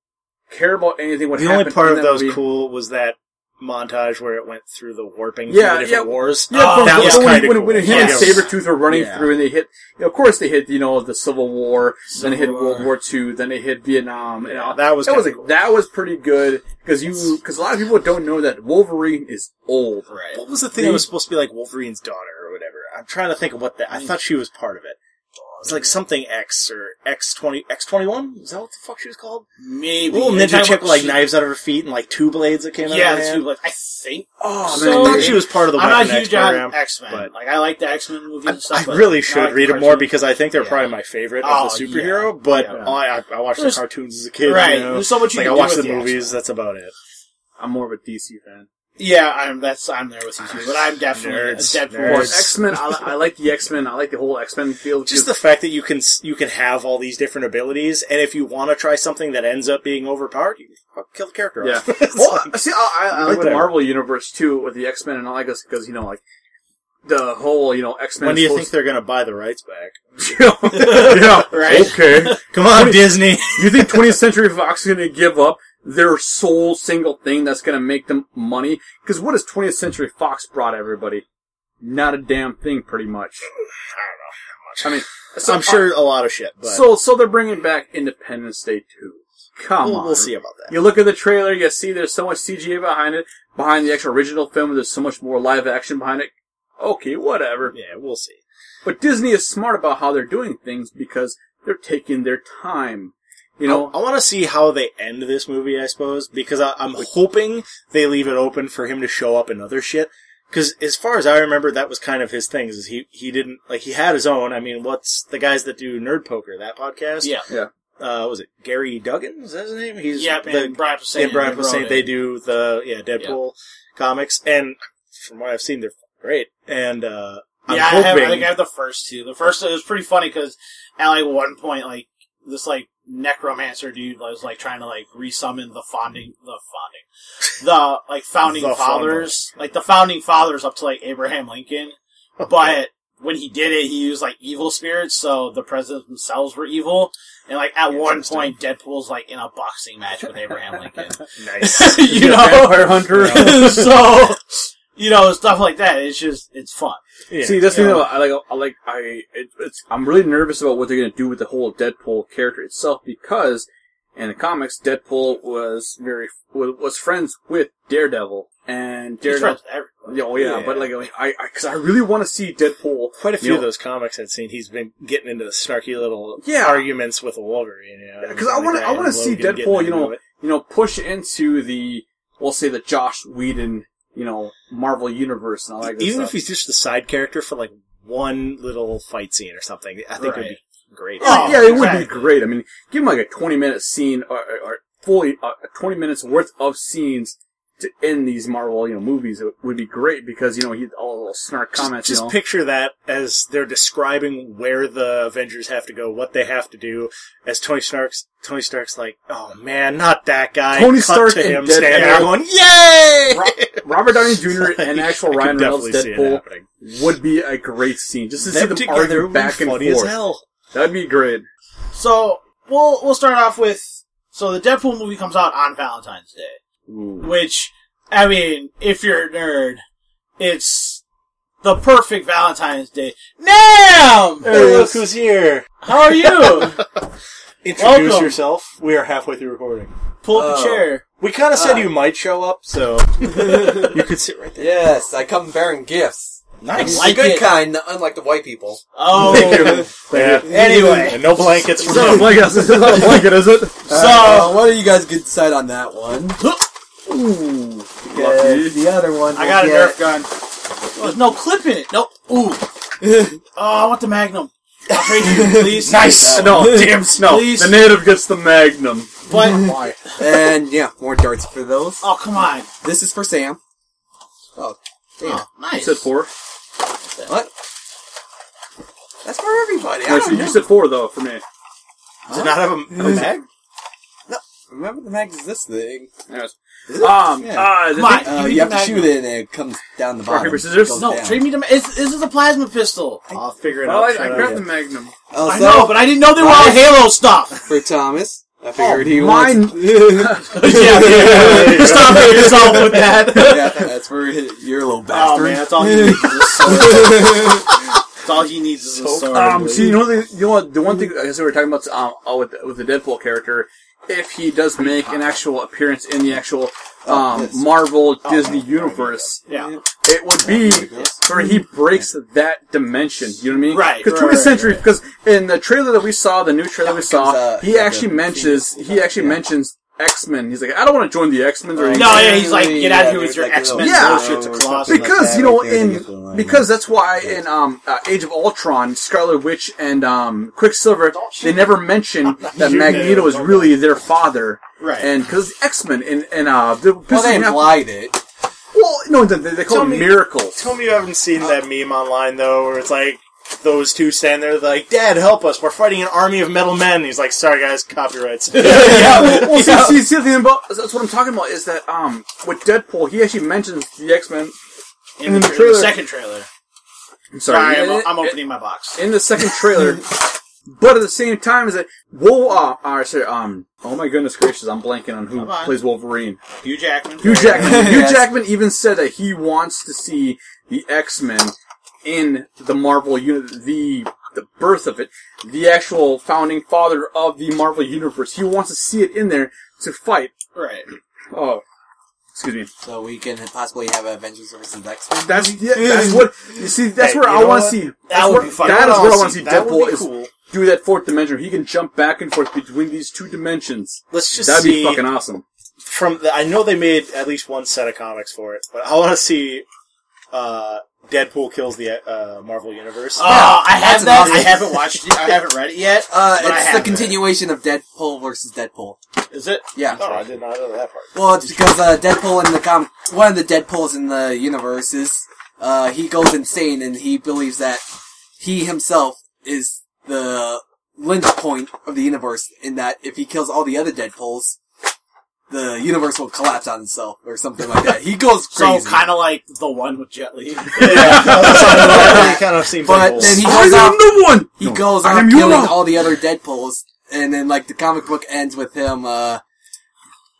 C: care about anything. What
B: the
C: happened
B: only part
C: in
B: of
C: that
B: that was
C: movie.
B: cool was that montage where it went through the warping
C: Yeah,
B: through the different
C: yeah.
B: wars. Ah,
C: Yeah,
A: Oh,
C: from,
A: that
C: that
A: was
C: when,
B: kinda
C: when,
B: cool.
C: when him
A: Yes.
C: and Sabretooth are running
B: Yeah.
C: through and they hit, of course they hit, you know, the Civil War, then they hit
A: Civil
C: World
A: War.
C: War II, then they hit Vietnam, and
B: Yeah,
C: all.
B: that was
C: that was
B: kinda
C: a-
B: cool.
C: that was pretty good, cause you, cause a lot of people don't know that Wolverine is old.
A: Right.
B: What was the thing that was supposed to be like Wolverine's daughter or whatever? I'm trying to think of what that. I thought she was part of it. It's like something X or X twenty X twenty one. Is that what the fuck she was called?
A: Maybe
B: Little
A: Anytime
B: ninja chick with like
A: she-
B: knives out of her feet and like two blades that came out.
A: Yeah,
B: of her
A: the
B: hand.
A: two, like, I think
C: Oh
A: So-
B: I
C: man,
B: thought she was part of the
A: I'm
B: Weapon
A: not
B: X
A: huge
B: program.
A: on X Men.
B: but-
A: Like I like the X Men movies. and
B: I
A: stuff, but
B: really
A: not
B: should
A: like the
B: read it more
A: cartoon.
B: because I think they're
A: Yeah.
B: probably my favorite
A: Oh,
B: of the
A: yeah.
B: superhero. But
A: Yeah.
B: I, I watched
A: There's-
B: the cartoons as a kid.
A: right.
B: you know.
A: There's so much you
B: like I
A: can
B: watched
A: do
B: the
A: with the
B: movies.
A: X-Men.
B: That's about it.
C: I'm more of a DC fan.
A: Yeah, I'm that's I'm there with you too, but I'm definitely
B: Nerds,
A: a Deadpool.
B: nerds. Yes.
C: X Men, I, li- I like the X Men. I like the whole X Men field.
B: Just the fact that you can s- you can have all these different abilities, and if you want to try something that ends up being overpowered, you can fuck- kill the character.
C: yeah.
B: off. <laughs> It's
C: well, uh,
B: like-
C: I- see, I, I, I
B: Right
C: like the
B: there.
C: Marvel universe too with the X Men and all that, because you know, like the whole you know X Men.
B: when do you think they're gonna buy the rights back?
C: <laughs> yeah,
A: Right.
C: Okay.
B: Come on, Disney.
C: You think 20th Century Fox is going to give up their sole single thing that's going to make them money? Because what has 20th Century Fox brought everybody? Not a damn thing, pretty much. I mean,
B: <laughs>
C: so, uh,
B: I'm sure a lot of shit, but
C: so so they're bringing back Independence Day 2. Come
B: we'll,
C: on,
B: we'll see about that.
C: You look at the trailer, you see there's so much CGA behind it, behind the actual original film. There's so much more live action behind it. Okay, whatever.
B: Yeah, we'll see.
C: But Disney is smart about how they're doing things because they're taking their time. You know,
B: I, want to see how they end this movie, I suppose, because I, I'm hoping they leave it open for him to show up in other shit. Because as far as I remember, that was kind of his thing. Is he he didn't like he had his own. I mean, what's the guys that do Nerd Poker that podcast?
A: Yeah,
B: uh, what was it Gary Duggan? Is that his name? He's
A: yeah,
B: the,
A: and Brian Posehn.
B: and Brian
A: they wrote
B: Posehn.
A: it.
B: They do the yeah Deadpool comics, and from what I've seen, they're great. And uh, I'm
A: yeah, I, have,
B: hoping
A: I think I have the first two. The first it was pretty funny because at like one point, like this like necromancer dude was like trying to like resummon the founding, the founding, the like founding
B: The founder.
A: fathers, like the founding fathers up to like Abraham Lincoln. But when he did it, he used like evil spirits, so the presidents themselves were evil. And like at one
B: Interesting.
A: point, Deadpool's like in a boxing match with Abraham
B: <laughs>
A: Lincoln.
B: <laughs>
A: <laughs>
B: nice.
C: <laughs>
A: you know,
C: vampire Oh, <laughs> hunter.
A: <laughs> so you know stuff like that. It's just it's fun.
B: Yeah.
C: See, that's the
A: Yeah.
C: thing. Though, I like. I like. I. It, it's. I'm really nervous about what they're gonna do with the whole Deadpool character itself because in the comics, Deadpool was very was friends with Daredevil, and Daredevil. Oh yeah,
B: Yeah.
C: but like I, because I, really want to see Deadpool.
B: Quite a few
C: you
B: of
C: know,
B: those comics I've seen, he's been getting into the snarky little
C: Yeah.
B: arguments with Wolverine. You know,
C: Because I want to, I want to see
B: Logan getting
C: Deadpool, you
B: into
C: know,
B: it.
C: you know, push into the, we'll say the Josh Whedon, you know, Marvel universe and all that. good
B: even
C: stuff.
B: if he's just the side character for like one little fight scene or something. I think it'd
A: Right.
B: be great.
A: Yeah. Oh,
C: yeah, it would be
A: exactly.
C: great. I mean, give him like a twenty minute scene or, or, or fully uh, twenty minutes worth of scenes to end these Marvel, you know, movies. It would be great because you know he all the little snark
B: Just-
C: comments.
B: just
C: you know.
B: picture that as they're describing where the Avengers have to go, what they have to do. As Tony Stark's, Tony Stark's like, "Oh man, not that guy."
C: Tony
B: Cut
C: Stark
B: to
C: and
B: him
C: Deadpool.
B: standing there going, "Yay!"
C: Robert
B: <laughs>
C: Downey Jr. and actual
B: I
C: Ryan
B: could
C: Reynolds
B: definitely see it
C: Deadpool
B: happening.
C: would be a great scene. Just to see
B: Them
C: them
B: together
C: argue
B: would be
C: back and
B: funny as
C: forth.
B: hell.
C: That'd be great.
A: So we'll we'll start off with so the Deadpool movie comes out on Valentine's Day, which I mean, if you're a nerd, it's the perfect Valentine's Day. Nam,
B: Hey, look who's here!
A: how are you?
B: Introduce
A: Welcome.
B: yourself. We are halfway through recording.
A: Pull up
D: Oh.
A: a chair.
B: We kind of said
D: Ah.
B: you might show up, <laughs> so you could sit right there.
D: Yes, I come bearing gifts.
A: Nice.
D: the
A: Like
D: good
A: it.
D: kind, unlike the white people.
A: Oh,
B: Yeah.
A: Anyway.
B: and no blankets for
A: So-
B: him.
C: it's not a blanket, is it?
D: Uh,
A: so
D: what do you guys get decide on that one?
C: Ooh,
D: Because the other one.
A: I got a
D: will
A: Nerf gun. Oh, there's no clip in it. Nope. Ooh.
D: get-
A: Oh, I want the Magnum. I'll trade you,
C: <laughs>
A: please.
B: Nice.
C: no, damn snow.
A: Please.
C: The native gets the magnum.
A: But
D: and yeah, more darts for those.
A: oh, come on.
D: This is for Sam. Oh, damn.
A: Oh, nice.
C: said four.
D: What? That's for everybody. I
C: No,
D: don't
C: you
D: know.
C: said four though for me.
B: Does it not have a, have a bag?
D: Remember the mag is this thing.
C: Yes.
D: Is it?
C: Um,
D: Yeah.
C: uh, the
A: Come on.
C: thing-
D: Uh,
A: give me
D: you
A: the
D: have to
A: mag
D: shoot it and it comes down the
C: Rock,
D: bottom.
C: paper, scissors?
D: Goes
A: No,
D: down.
A: trade me the. It's, this is a plasma pistol.
B: I'll figure it
C: well,
B: out.
C: I,
B: Try
C: I
B: it
C: grabbed
B: out.
C: the magnum.
D: Also,
A: I know, but I didn't know they were all Halo <laughs> stuff.
D: Oh, for Thomas, I figured
C: Oh,
D: he
C: mine-
D: wants. <laughs> yeah,
A: yeah, Stop it yourself with that.
D: that's for his, your
A: <laughs>
D: little
A: Oh
D: bastard.
A: man, that's all <laughs> he needs. Is a sword. that's all he needs is a sword.
C: Um, see, you know, the, you know, what, the one thing I guess we were talking about um, uh, with with the Deadpool character, if he does make an actual appearance in the actual
D: Oh,
C: um,
D: yes.
C: Marvel Disney universe,
A: yeah.
C: it would be where he breaks that dimension. You know what I mean?
A: Right,
C: Because
A: right,
C: 20th
A: right,
C: century, because in the trailer that we saw, the new trailer we
D: Comes,
C: saw,
D: uh,
C: he
D: like
C: actually
D: a
C: mentions
D: phoenix.
C: he actually
D: Yeah.
C: mentions X Men. He's like, I don't want to join the X Men.
A: No, yeah, he's like, get out of here with
D: there's
A: your
D: like a
A: X
D: little
A: Men
C: Yeah.
A: bullshit to Colossus.
C: because
D: that
C: you know
D: right there, they get the
C: in
D: line.
C: because that's why in um uh, Age of Ultron, Scarlet Witch and um Quicksilver they never
D: <laughs>
C: mention that
B: shoot
C: Magneto
B: me.
C: is really their father.
A: Right.
C: And because X Men and and uh the
D: Well, they
C: have-
D: implied it.
C: well no they, they call
B: Tell
C: it
B: me-
C: miracles.
B: Tell me you haven't seen that meme online though, where it's like those two stand there like, "Dad, help us! We're fighting an army of metal men." And he's like, "Sorry guys, copyrights."
C: yeah, well, well, see, see, see, the thing about that's what I'm talking about is that um with Deadpool he actually mentions the X Men.
A: in the,
C: in the
A: trailer.
C: trailer-
A: second trailer.
C: I'm
A: Sorry,
C: sorry,
A: I'm,
C: it-
A: I'm
C: it-
A: opening my box.
C: in the second <laughs> trailer. but at the same time, is that Wol? Uh, uh, sorry, um, oh my goodness gracious, I'm blanking on who
A: Come on. <laughs>
C: plays Wolverine.
A: Hugh Jackman.
C: Hugh <laughs> Jackman. Hugh
D: Yes.
C: Jackman even said that he wants to see the X Men in the Marvel uni- the the birth of it, the actual founding father of the Marvel universe. He wants to see it in there to fight.
A: Right.
C: Oh. Excuse me.
D: So we can possibly have Avengers versus X Men.
C: That's yeah, that's what you see. That's
B: Hey,
C: where
B: you
C: I
B: know
C: want to
B: what?
C: see.
A: That would
C: where-
A: be fun.
C: That is what I want to see.
B: That would
C: Deadpool
B: be
C: is
B: cool.
C: do that fourth dimension. He can jump back and forth between these two dimensions.
B: Let's just
C: That'd
B: see
C: be fucking awesome.
B: from. The, I know they made at least one set of comics for it, but I want to see uh, Deadpool kills the uh, Marvel universe.
A: Oh, I have
D: That's
A: that.
D: awesome.
A: I haven't watched it. I haven't read it yet.
D: Uh,
A: But I
D: it's
A: have
D: the
A: it.
D: continuation of Deadpool versus Deadpool.
A: Is it?
D: Yeah.
B: Oh, I did not know that part.
D: Well, it's because uh, Deadpool in the com one of the Deadpool's in the universes, uh, he goes insane and he believes that he himself is the lynch point of the universe. In that, if he kills all the other Deadpool's, the universe will collapse on itself or something like that. He goes
A: So
D: crazy.
A: kind of like the one with Jet <laughs> Li.
B: <laughs> Yeah, that's what I thought. That kind of seems
D: But
B: like
D: then he-
B: bull-
D: goes out-
C: the one.
D: he goes
C: I
D: on
C: am
D: killing
C: Yuma.
D: all the other Deadpool's, and then like the comic book ends with him uh,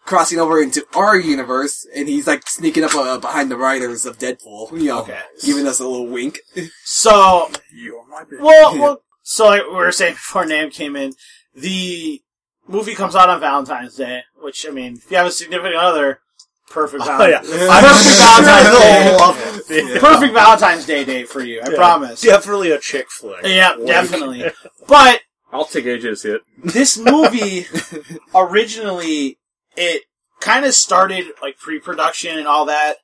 D: crossing over into our universe, and he's like sneaking up uh, behind the writers of Deadpool, you know,
A: Okay.
B: <laughs>
D: giving us a little wink.
A: so
C: You are my bitch.
A: well, well, so like we were saying before Nam came in, the movie comes out on Valentine's Day, which I mean, if you have a significant other, perfect
B: <laughs> Oh, yeah.
A: Valentine's. Perfect Valentine's Day.
B: They'll love it. Yeah.
A: Perfect Valentine's Day date for you. I
B: Yeah.
A: promise.
B: Definitely a chick flick.
A: Yeah,
B: Like- <laughs>
A: definitely. But
C: I'll take AJ to see it.
A: this movie <laughs> originally it kind of started like pre-production and all that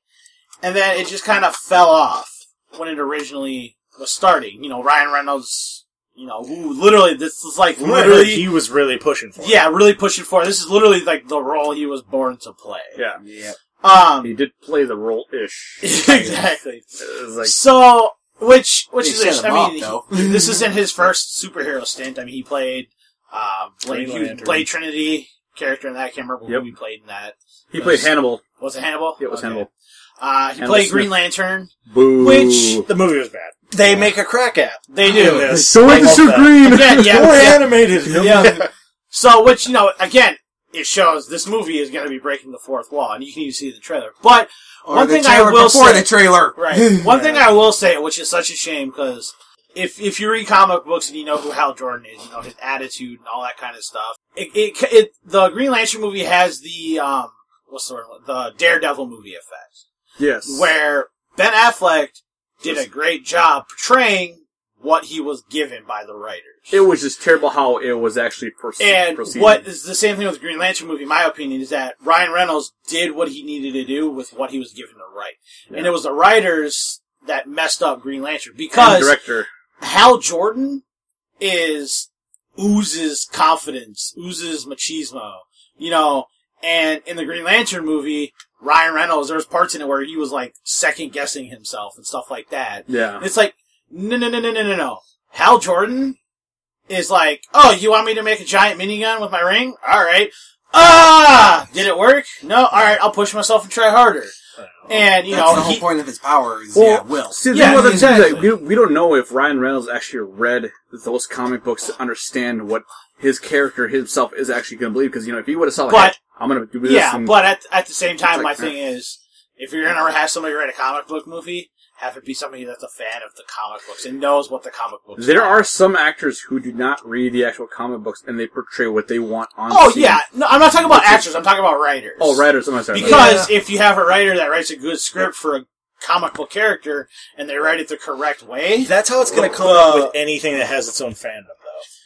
A: and then it just kind of fell off when it originally was starting you know ryan reynolds you know who literally this is like
B: Literally,
A: literally
B: he was really pushing for it.
A: yeah really pushing for it. this is literally like the role he was born to play
C: Yeah.
D: Yeah.
C: He
A: um
C: did play the role
A: <laughs>
C: ish.
A: exactly
C: <laughs> It was like,
A: so which which
D: They
A: is
D: set him
A: i mean
D: up,
A: he- this isn't his first superhero stint i mean he played uh, Blade,
B: Green
A: he was
B: Lantern.
A: Blade Trinity character in that. I can't remember
C: Yep.
A: who he played in that.
C: he played Hannibal.
A: Was it Hannibal?
C: It was
A: Okay.
C: Hannibal.
A: Uh, he
C: Hannibal
A: played
C: Smith.
A: Green
C: <laughs>
A: Lantern,
C: Boo.
A: which
B: The movie was bad.
A: they make a crack at. They
B: In
A: do.
B: this.
C: So
B: I
C: it is
B: love
C: so
B: that.
C: green.
A: Yeah, yeah.
B: Or
A: yeah.
B: animated.
A: Yeah. So, which, you know, again, it shows this movie is going to be breaking the fourth wall, and you can even see the trailer. But,
D: Or
A: One
D: the
A: thing I
D: trailer
A: will
D: before
A: say-
D: the trailer. <laughs>
A: right, one thing I will say, which is such a shame, because if, if you read comic books and you know who Hal Jordan is, you know, his attitude and all that kind of stuff, it, it, it the Green Lantern movie has the, um, what's the word, the Daredevil movie effect.
C: Yes.
A: where Ben Affleck did a great job portraying what he was given by the writers.
C: It was just terrible how it was actually proce-
A: and
C: proceeding.
A: what is the same thing with the Green Lantern movie, in my opinion, is that Ryan Reynolds did what he needed to do with what he was given to write. And it was the writers that messed up Green Lantern
C: And
A: because
C: director.
A: Hal Jordan is oozes confidence, oozes machismo, you know. And in the Green Lantern movie, Ryan Reynolds, there was parts in it where he was like second guessing himself and stuff like that.
C: Yeah.
A: And it's like, no, no, no, no, no, no, no. Hal Jordan is like, oh, you want me to make a giant minigun with my ring? All right. Ah, did it work? No. All right, I'll push myself and try harder. And you
D: That's
A: know,
D: the whole
A: he-
D: point of his power is, yeah, will.
C: See, the
A: Yeah,
C: thing about that too is, like,
A: exactly.
C: we, we don't know if Ryan Reynolds actually read those comic books to understand what his character himself is actually going to believe. Because you know, if he would have saw, like,
A: But-
C: I'm going to do this.
A: Yeah,
C: and-
A: but at, at the same time,
C: It's
A: my
C: like,
A: thing is, if you're gonna have somebody write a comic book movie, have it be somebody that's a fan of the comic books and knows what the comic books.
C: there are some actors who do not read the actual comic books and they portray what they want on.
A: Oh
C: scene.
A: yeah, no, I'm not talking about actors. I'm talking about writers.
C: Oh, writers. I'm sorry. about
A: Because if you have a writer that writes a good script for a comic book character and they write it the correct way,
B: That's how it's going to come up with anything that has its own fandom, though.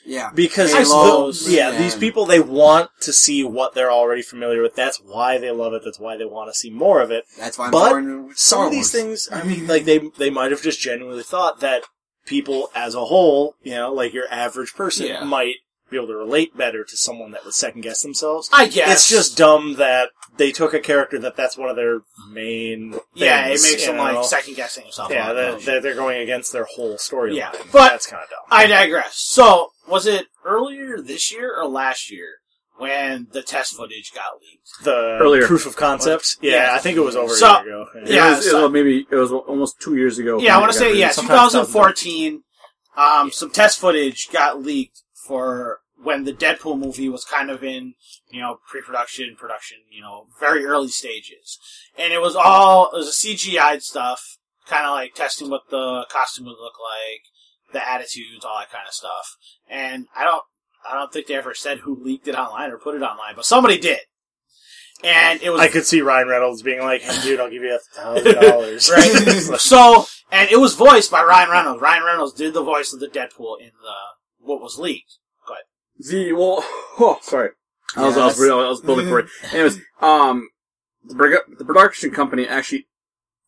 D: Yeah.
B: Because
A: I
B: it's
D: suppose,
B: the, yeah,
D: man.
B: these people they want to see what they're already familiar with. That's why they love it. That's why they want to see more of it.
D: That's why I'm
B: But
D: born with
B: Some
D: Star
B: of these
D: Wars.
B: things, I
A: <laughs>
B: mean, like they they might have just genuinely thought that people as a whole, you know, like your average person,
D: Yeah.
B: might be able to relate better to someone that would second guess themselves.
A: I guess
B: It's just dumb that they took a character that that's one of their main.
A: yeah,
B: things,
A: it makes
B: you
A: them
B: know?
A: like second guessing himself.
B: Yeah,
A: on
B: that,
A: it.
B: that they're going against their whole storyline.
A: Yeah, but-
B: that's kind of dumb.
A: I digress. So, was it earlier this year or last year when the test footage got leaked?
B: the
C: Earlier.
B: proof of concept. Yeah,
A: Yeah.
B: I think it was over
A: So-
B: a year ago.
C: that.
A: yeah,
C: It was, it
A: so-
C: was maybe it was almost two years ago.
A: Yeah, I
C: when
A: want to
C: it got
A: say
C: released.
A: yeah,
B: Sometimes
A: 2014. Um, some test footage got leaked for when the Deadpool movie was kind of in, you know, pre-production, production, you know, very early stages, and it was all it was a CGI stuff, kind of like testing what the costume would look like, the attitudes, all that kind of stuff. And I don't, I don't think they ever said who leaked it online or put it online, but somebody did, and it was
B: I could see Ryan Reynolds being like, hey, "Dude, I'll give you a thousand
C: <laughs>
B: dollars." <laughs>
A: right? <laughs> so, and it was voiced by Ryan Reynolds. Ryan Reynolds did the voice of the Deadpool in the what was leaked.
C: The well, <laughs> oh, sorry, I was I was,
D: Yes.
C: I was building for it. Anyways, um, the, prog- the production company actually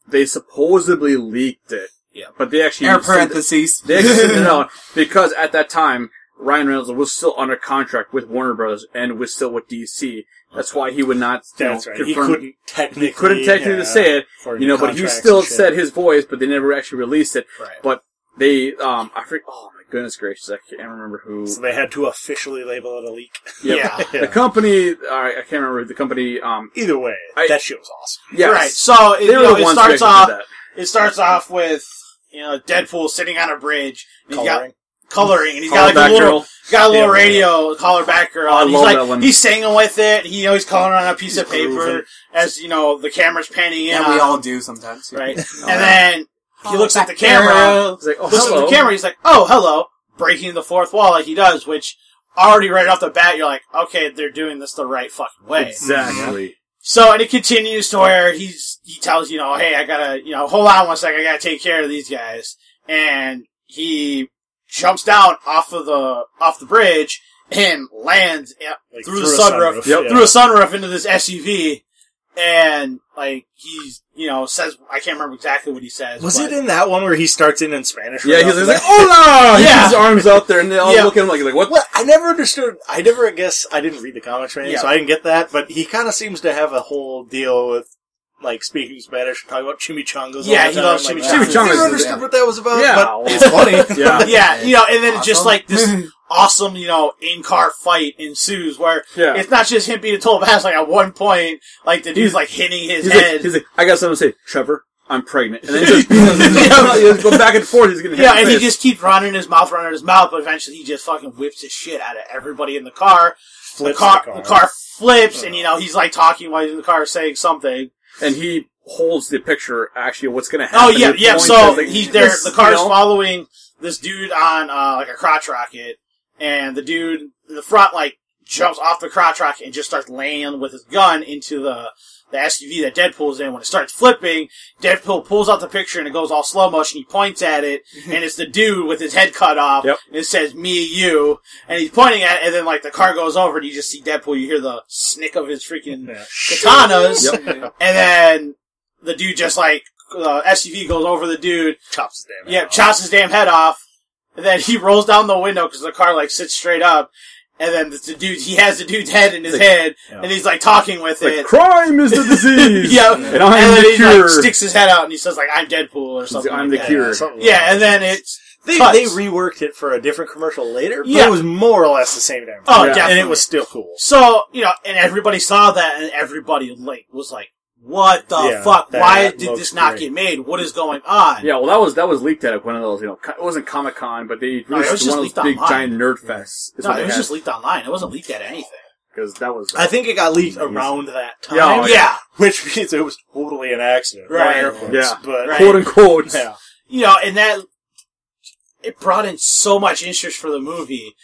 C: they supposedly leaked it.
A: Yeah.
C: but they actually
D: Air
C: sent it-
D: parentheses.
C: They actually
D: <laughs>
C: sent
B: <laughs>
C: it out because at that time Ryan Reynolds was still under contract with Warner Brothers and was still with DC. That's why he would not. you
B: That's
C: know,
B: right. He
C: confirm-
B: couldn't technically.
C: He couldn't technically
B: yeah,
C: say it,
B: for
C: you know, but he
B: contracts
C: still
B: and shit.
C: said his voice, but they never actually released it.
A: Right.
C: But they, um, I forget. Oh my goodness gracious, I can't remember who.
B: So they had to officially label it a leak.
A: Yeah.
B: <laughs> Yeah.
C: The company, I, I can't remember the company. Um,
B: Either way,
C: I-
B: that shit was awesome.
C: <laughs> yes,
A: Right. So it,
C: They
A: you
C: were
A: know,
C: the
A: it
C: ones who
A: starts
C: actually
A: off.
C: did that.
A: It starts off with you know Deadpool sitting on a bridge. And he's got
B: Coloring.
A: coloring, and he's
C: Call
A: got like
C: back
A: a little,
C: girl.
A: got a little
B: Yeah.
A: radio collar back girl.
C: I
A: and he's
C: love
A: like
C: that one.
A: he's singing with it. He, you know, he's coloring on a piece of paper
B: grooving.
A: as you know the camera's panning in.
D: Yeah,
A: on
D: we
A: him,
D: all do sometimes.
C: <laughs>
D: yeah.
A: right, and then he looks at the
D: Back arrow.
A: camera.
C: It's like, oh,
A: looks at
C: hello.
A: the camera. He's like, "Oh, hello," breaking the fourth wall like he does, which already right off the bat, you're like, okay, they're doing this the right fucking way.
C: Exactly.
A: So, and it continues to where he's, he tells, you know, hey, I gotta, you know, hold on one second, I gotta take care of these guys. And he jumps down off of the, off the bridge and lands uh,
B: Like,
A: through, the sunroof,
C: Yep.
B: yeah.
A: through a sunroof into this SUV. And, like, he's, you know, says, I can't remember exactly what he says.
B: Was
A: but-
B: it in that one where he starts in in Spanish?
C: Yeah,
B: right
C: he's
B: off the
C: like,
B: bat?
C: "Hola!"
A: Yeah.
C: Yeah. His arms out there, and they all
A: Yeah.
C: look at him like, like what?
B: Well, I never understood. I never, I guess, I didn't read the comics or anything,
A: Yeah.
B: so I didn't get that. But he kind of seems to have a whole deal with like speaking Spanish and talking about chimichangas.
A: Yeah,
B: all the
A: he
B: time,
A: loves
B: like,
A: chimichangas.
B: I never
C: Chimichangas,
B: understood
D: yeah.
B: what
A: <laughs>
B: that was about.
C: Yeah.
B: but <laughs> it's <laughs> funny.
C: Yeah.
A: yeah, you know, and then it <laughs> just
D: Awesome.
A: like this awesome, you know, in car fight ensues where
C: Yeah.
A: it's not just him being a total pass. Like at one point, like the dude's like hitting his
C: He's
A: head.
C: like, he's like, I got something to say, Trevor. I'm pregnant. And then
A: <laughs>
C: he just, <laughs> he just go back and forth. He's gonna hit
A: yeah,
C: his
A: and he
C: face.
A: just keeps running his mouth, running his mouth, but eventually he just fucking whips his shit out of everybody in the car. The
B: Flips
A: car, the car flips, and you know he's like talking while he's in the car, saying something.
C: and he holds the picture actually of what's <laughs> gonna happen.
A: Oh yeah,
C: He
A: yeah.
C: points,
A: So
C: like,
A: he's there.
C: this,
A: The car's
C: you know?
A: following this dude on uh, like a crotch rocket, and the dude in the front like jumps off the crotch rocket and just starts laying with his gun into the the SUV that Deadpool's in. When it starts flipping, Deadpool pulls out the picture and it goes all slow motion. He points at
C: <laughs>
A: it, and it's the dude with his head cut off.
C: Yep.
A: And it says "Me, you," and he's pointing at it. And then like the car goes over, and you just see Deadpool. You hear the snick of his
C: <laughs>
A: freaking
B: Yeah.
A: katanas.
C: Yep.
A: And then the dude just like uh, SUV goes over the dude.
B: chops his damn. head
A: Yeah,
C: Uh-huh.
B: off.
A: chops his damn head off. And then he rolls down the window because the car like sits straight up. And then the dude, he has the dude's head in his
C: Like-
A: head,
B: yeah.
A: and he's like talking with
C: Like,
A: it. <laughs>
C: crime is the disease.
A: yeah,
C: and I'm
A: and then
C: the
A: he
C: cure.
A: like sticks his head out and he says like I'm Deadpool or something.
C: I'm
A: like
C: the
A: that.
C: cure.
B: something like
A: Yeah,
B: that.
A: and then it's
B: they
A: cuts.
B: they reworked it for a different commercial later. But
A: Yeah.
B: it was more or less the same damn.
A: oh
C: Yeah.
A: definitely.
B: and it was still cool.
A: so you know, and everybody saw that, and everybody like was like, "What the
B: Yeah,
A: fuck?
B: that
A: Why did
B: looks
A: this not
B: great.
A: get made? What is going on?"
C: Yeah, well, that was that was leaked at like, one of those, you know, co- it wasn't Comic Con, but they released
A: No, it was just
C: one of
A: leaked
C: those big
A: online.
C: giant nerd fests. is
A: No, it
C: what they
A: was
C: had,
A: just leaked online. It wasn't leaked at anything.
C: 'cause that was
B: I think it got leaked around that time. <laughs>
C: Yeah, oh,
A: yeah.
B: Which means it was totally an accident.
A: Right.
B: Air quotes,
C: Yeah.
B: But
A: Right.
C: quote
B: <laughs>
C: unquote.
B: yeah.
A: You know, and that it brought in so much interest for the movie.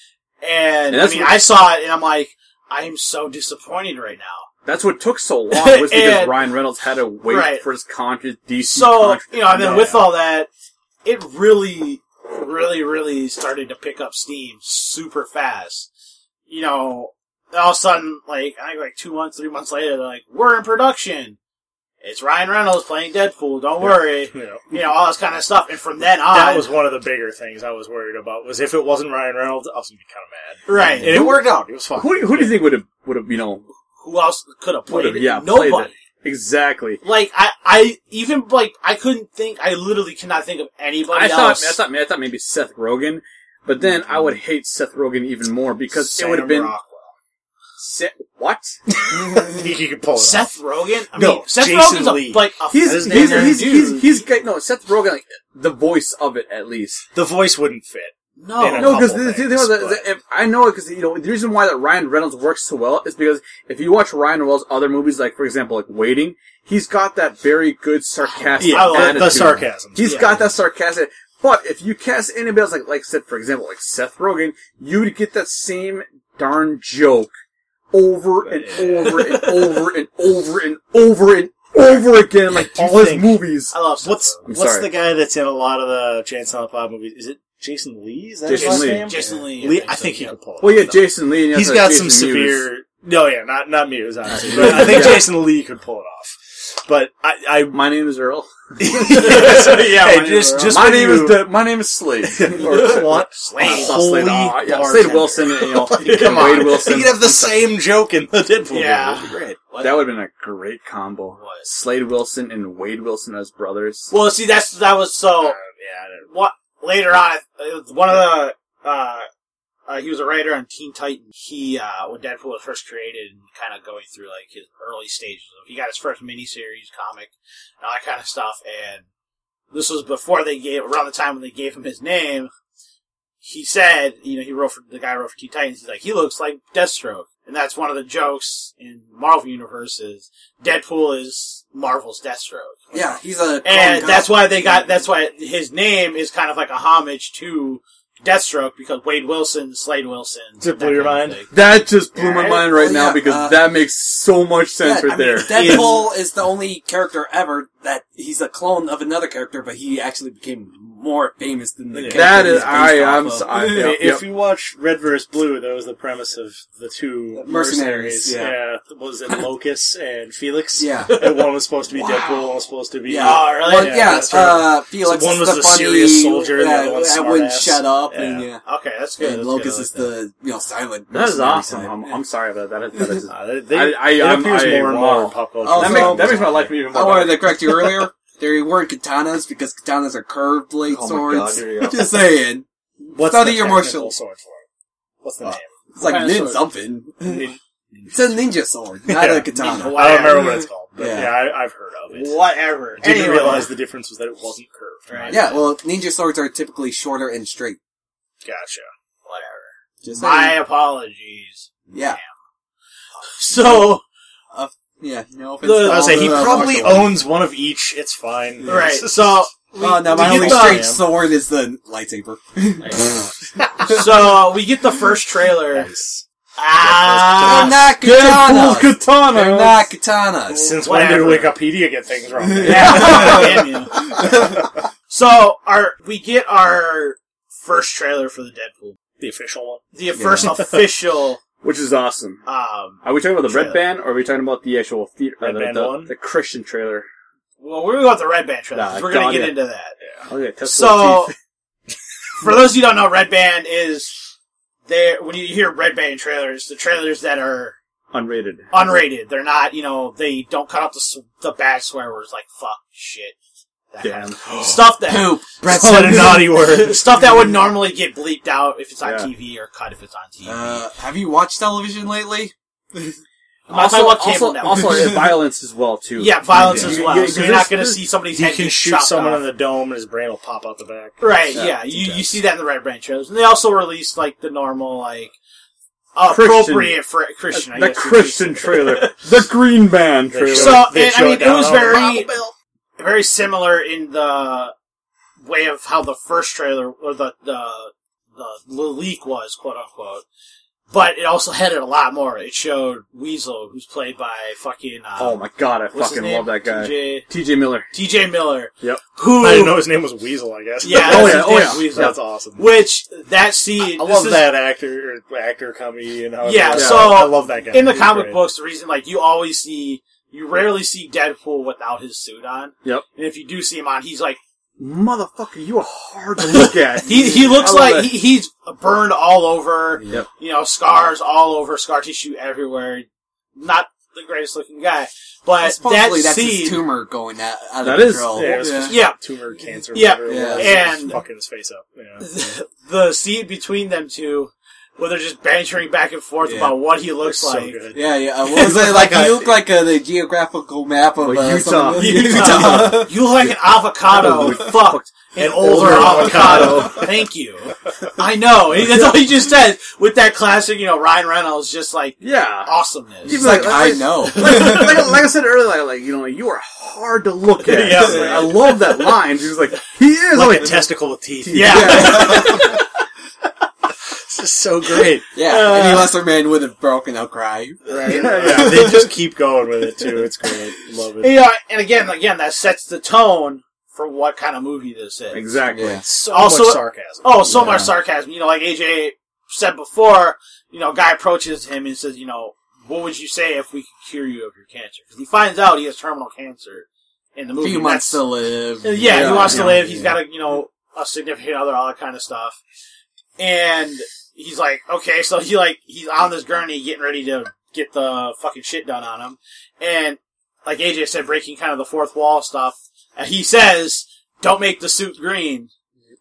A: And,
C: And
A: I
C: that's
A: mean,
C: what-
A: I saw it and I'm like, I am so disappointed right now.
C: That's what took so long
A: <laughs>
C: was because
A: And-
C: Ryan Reynolds had to wait
A: Right.
C: for his contract. DC
A: So,
C: contract.
A: you know, and then
B: Yeah.
A: with all that, it really, really, really started to pick up steam super fast. You know, all of a sudden, like, I think like two months, three months later, they're like, we're in production. It's Ryan Reynolds playing Deadpool. Don't worry.
B: You know,
A: You know, all this kind of stuff. And from then on,
B: that was one of the bigger things I was worried about. Was if it wasn't Ryan Reynolds, I was gonna be kind of mad.
A: right.
B: And it worked out. It was fun.
C: who, do you- who do you think would have would have you know
A: who else could have
C: would
A: played
C: have
A: it?
C: yeah
A: Nobody.
C: played it? exactly.
A: Like I, I even like I couldn't think. I literally cannot think of anybody
C: I thought,
A: else. Mm-hmm.
C: I thought I thought maybe Seth Rogen, but then I would hate Seth Rogen even more because it would have been Sa- what
B: I think <laughs> you could pull it off.
A: Seth Rogen. I
B: No,
A: mean, Seth
B: Jason
A: Rogen's
B: Lee.
A: a, like a
C: he's
A: his
C: he's
A: name
C: he's,
A: is
C: he's,
A: dude.
C: he's, got- no Seth Rogen like the voice of it at least.
B: The voice wouldn't fit.
A: no,
B: in a
C: Oh, No, because
B: couple
C: the, the thing
B: things,
C: was that-
B: but-
C: if I know it because you know the reason why that Ryan Reynolds works so well is because if you watch Ryan Reynolds' other movies, like for example, like Waiting, he's got that very good sarcastic.
A: Yeah, I like
B: The,
C: attitude.
B: the sarcasm.
C: He's
A: Yeah.
C: got that sarcastic. But if you cast anybody else, like like I said, for example, like Seth Rogen, you would get that same darn joke over and
B: <laughs>
C: over and over and over and over and over again, like
B: Do you
C: all his
B: think-
C: movies.
A: I love Seth
B: What's
A: Rogen.
C: I'm
B: what's
C: sorry.
B: the guy that's in a lot of the Jay and Silent Bob movies? Is it Jason Lee? Is that
C: Jason
B: his last
C: Lee.
B: name?
A: Jason Lee, I
B: Lee.
A: think
B: I
A: so,
B: think he
A: yeah.
B: could pull. it
C: Well, yeah,
B: off.
C: Jason Lee. And you
B: he's
C: have,
B: got
C: like,
B: some
C: Jason Mewes.
B: severe. No, yeah, not not Muse, obviously. But I think
C: Yeah.
B: Jason Lee could pull it off. But I, I <laughs>
C: My name is Earl.
A: yeah,
B: hey,
A: my name
B: just
A: is-
B: just
C: my
B: when
C: name
B: you,
C: is the, my name is <laughs> Slade.
B: <laughs> you want
A: Slade.
B: holy
C: Slade, aw, yeah, Slade
B: bartender.
C: Wilson. You know,
B: Come on,
C: Wade Wilson.
B: He could have the same joke in the Deadpool.
A: Yeah.
B: movie. It'd be great.
C: that would have been a great combo.
A: What?
C: Slade Wilson and Wade Wilson as brothers.
A: Well, see, that's that was so.
B: Uh, yeah, I don't-
A: what later on, it was one of the uh, uh, he was a writer on Teen Titan. He uh, when Deadpool was first created and kind of going through like his early stages of he got his first miniseries comic and all that kind of stuff. And this was before they gave around the time when they gave him his name. He said, you know, he wrote for the guy who wrote for Teen Titans. He's like, he looks like Deathstroke, and that's one of the jokes in Marvel universe is Deadpool is Marvel's Deathstroke.
D: <laughs> Yeah, he's a.
B: Oh,
A: And that's why they got, that's why his name is kind of like a homage to Deathstroke because Wade Wilson, Slade Wilson.
B: Did it
A: that
B: blow your
A: kind of
B: mind?
A: thing.
C: That just blew my
A: Yeah.
C: mind right
D: Well,
C: now
D: yeah,
C: because
D: uh,
C: that makes so much sense
D: Yeah,
C: right there.
D: Deadpool is the only character ever that he's a clone of another character, but he actually became more famous than the
B: Yeah.
D: character.
C: that
D: he's
C: is,
D: based
C: I
D: off
C: am.
D: of.
C: So, I, yep,
B: if
C: yep.
B: you watch Red vs. Blue, that was the premise of the two
D: The mercenaries,
B: mercenaries. Yeah. was it Locus and Felix?
D: Yeah.
B: And one was supposed to be
D: Wow.
B: Deadpool, one was supposed to be.
D: Yeah.
A: Oh, really?
D: Well,
B: Yeah,
D: yeah,
B: that's right.
D: uh, Felix
B: So one
D: is
B: was
D: the
B: the
D: funny,
B: serious soldier and the
D: yeah,
B: other one's
D: that wouldn't
B: smartass.
D: shut up,
B: Yeah.
D: and yeah.
A: Okay, that's good.
D: And
A: that's
D: Locus
A: good.
D: is the, you know, silent.
C: that is
D: mercenary
C: awesome.
D: side.
C: I'm, I'm sorry about that. That, that is-
B: Uh, they- they-
C: I- I-
B: it
C: I'm-
B: appears
C: I- Oh,
B: more and more
C: wow.
B: in pop culture.
D: Also-
C: that, makes, that makes my life even more.
D: Oh, I
C: better.
D: wanted to correct you
C: <laughs>
D: earlier. There weren't katanas because katanas are curved blade
C: Oh my God,
D: swords. <laughs>
C: here we go.
D: Just saying.
B: What's
D: Study
B: the
D: your
B: technical
D: martial-
B: sword for it? What's the
D: Uh,
B: name?
D: It's like
C: kind of
D: nin
C: sword?
D: something.
B: Nin-
D: It's a ninja sword, not
B: Yeah.
D: a katana.
B: I don't remember what it's called, but
D: Yeah.
B: yeah, I, I've heard of it.
A: Whatever.
B: Didn't
A: Anyway.
B: realize the difference was that it wasn't curved.
A: Right.
D: Yeah, well, ninja swords are typically shorter and straight.
B: Gotcha.
A: Whatever.
D: Just
A: My
D: saying.
B: <laughs>
A: apologies.
D: yeah,
A: So,
D: yeah. No offense.
B: I
D: to all
B: was say he
D: the
B: probably
D: martial arts.
B: owns one of each. It's fine.
A: right.
B: <laughs> It's just-
A: So, we-
D: Oh no, my
A: we
D: only
A: get
D: straight
B: the-
D: sword is the lightsaber.
A: the- so we get the first trailer.
B: Nice.
A: Ah,
D: They're
B: Deadpool's
D: not katanas.
B: katana.
D: They're not
B: <laughs>
D: katanas.
B: Since when did
A: Whatever.
B: Wikipedia get things wrong? <laughs>
A: Yeah, damn you. So our we get our first trailer for the Deadpool,
B: the official one.
A: the
B: <laughs>
A: first official.
C: Which is awesome.
A: Um,
C: Are we talking about the
A: Trailer.
C: red band, or are we talking about the actual theater, uh,
B: Red
C: the,
B: Band
C: the,
B: one?
C: the Christian trailer?
A: well, we're gonna go with the Red Band trailer. 'cause
C: Nah,
A: we're gonna
C: God,
A: get
C: Oh, yeah.
A: into that.
C: Okay, test
A: So, <laughs> for those who don't know, Red Band is there. When you hear Red Band trailers, the trailers that are
C: <laughs> unrated.
A: uh, unrated. They're not, you know, they don't cut out the s- the bad swear words like fuck, shit, that
B: <gasps>
A: kind
C: Damn.
A: of stuff <laughs> that
D: Poop. Brett
B: That's not a
D: Sutton.
B: naughty
C: <laughs>
B: word.
A: stuff that would normally get bleeped out if it's on
C: Yeah.
A: TV or cut if it's on TV.
D: Uh, have you watched television lately?
A: I'm not talking about cable
C: also,
A: networks.
B: <laughs>
A: <laughs>
C: also uh, violence as well too.
A: yeah, violence
B: Yeah.
A: as
B: You-
A: well. so
B: you- 'cause
A: you're not
B: there's-
A: going to see somebody's
B: He
A: head
B: can
A: get
B: shoot
A: chopped
B: someone
A: off.
B: in the dome and his brain will pop out the back.
A: Right,
C: Yeah,
A: yeah. You,
B: okay.
A: you see that in the Red Band shows. And they also released, like, the normal, like,
C: Christian.
A: appropriate for Christian, I
C: the
A: guess.
C: Christian trailer, the Green Band trailer.
A: <laughs> So,
B: They
A: and, I
B: show
A: mean,
B: it
A: it was
B: down on-
A: very,
D: Uh,
A: very similar in the way of how the first trailer, or the, the, the leak was, quote unquote. But it also had it a lot more. It showed Weasel, who's played by fucking, uh,
C: oh my god, I
A: what's his
C: fucking
A: name?
C: love that guy,
A: TJ,
C: TJ Miller.
A: TJ Miller.
C: Yep.
A: Who?
B: I didn't know his name was Weasel. I guess. <laughs>
A: Yeah.
C: Oh
A: that's
C: yeah,
A: his
C: oh
A: name,
C: yeah.
A: Weasel.
B: That's awesome.
A: Which that scene.
B: I
A: this
B: love
A: is-
B: that actor, or actor comedy, and how
A: Yeah,
C: so,
B: I love that guy
A: In the
B: He's
A: comic
B: great.
A: books, the reason like you always see, you rarely see Deadpool without his suit on.
C: Yep.
A: And if you do see him on, he's like
C: Motherfucker, you are hard to look at.
A: <laughs> he he looks
C: I love
A: like
C: that.
A: he, he's burned all over.
C: Yep.
A: You know, scars all over, scar tissue everywhere. Not the greatest looking guy, but that
D: Supposedly that's his
A: scene.
D: tumor going out, out
C: That
D: of
C: is-
D: control.
B: Yeah, it was
D: Yeah.
B: supposed to be
A: Yeah.
B: tumor cancer.
A: Yeah.
B: whatever it
D: Yeah.
B: was. It was
A: And-
B: fucking his face up. Yeah.
A: the scene between them two, where they're just bantering back and forth
D: Yeah.
A: about what he looks
B: so
A: like.
B: good.
D: Yeah, yeah. Uh, what was it? Like, you look like uh, the geographical map of
C: Like
D: uh,
C: Utah.
D: something-
A: Utah.
D: <laughs>
A: you look like an avocado
C: Holy
A: fucked an older avocado. <laughs> Thank you. I know. And That's all he just said with that classic, you know, Ryan Reynolds, just like <laughs>
C: Yeah.
A: awesomeness.
D: He's like, I know.
C: like, like, like I said earlier, like, like, you know, you are hard to
A: <laughs>
C: look at.
B: Yeah.
C: Like, I love that line. She was like, he is
B: Like
C: like,
B: a testicle with teeth.
A: Yeah.
B: It's just so great.
D: Yeah, any lesser man would have broken out cry.
C: <laughs>
A: <laughs>
B: Right. <laughs> Yeah, they just keep going with it too. It's great. Love it.
A: And, you know, and again, again, that sets the tone for what kind of movie this is.
C: exactly.
D: Yeah.
B: So
A: Also-
B: much sarcasm.
A: Oh, so
D: Yeah.
A: much sarcasm. You know, like AJ said before, you know, guy approaches him and says, you know, what would you say if we could cure you of your cancer? Because he finds out he has terminal cancer in the
D: A
A: movie.
D: few
A: and
D: months
A: that's-
D: to live.
A: Uh, Yeah, he wants to
D: yeah,
A: live. He's
D: yeah.
A: got a you know a significant other, all that kind of stuff. And he's like, okay, so he like he's on this gurney, getting ready to get the fucking shit done on him. And like AJ said, breaking kind of the fourth wall stuff. And he says, "Don't make the suit green."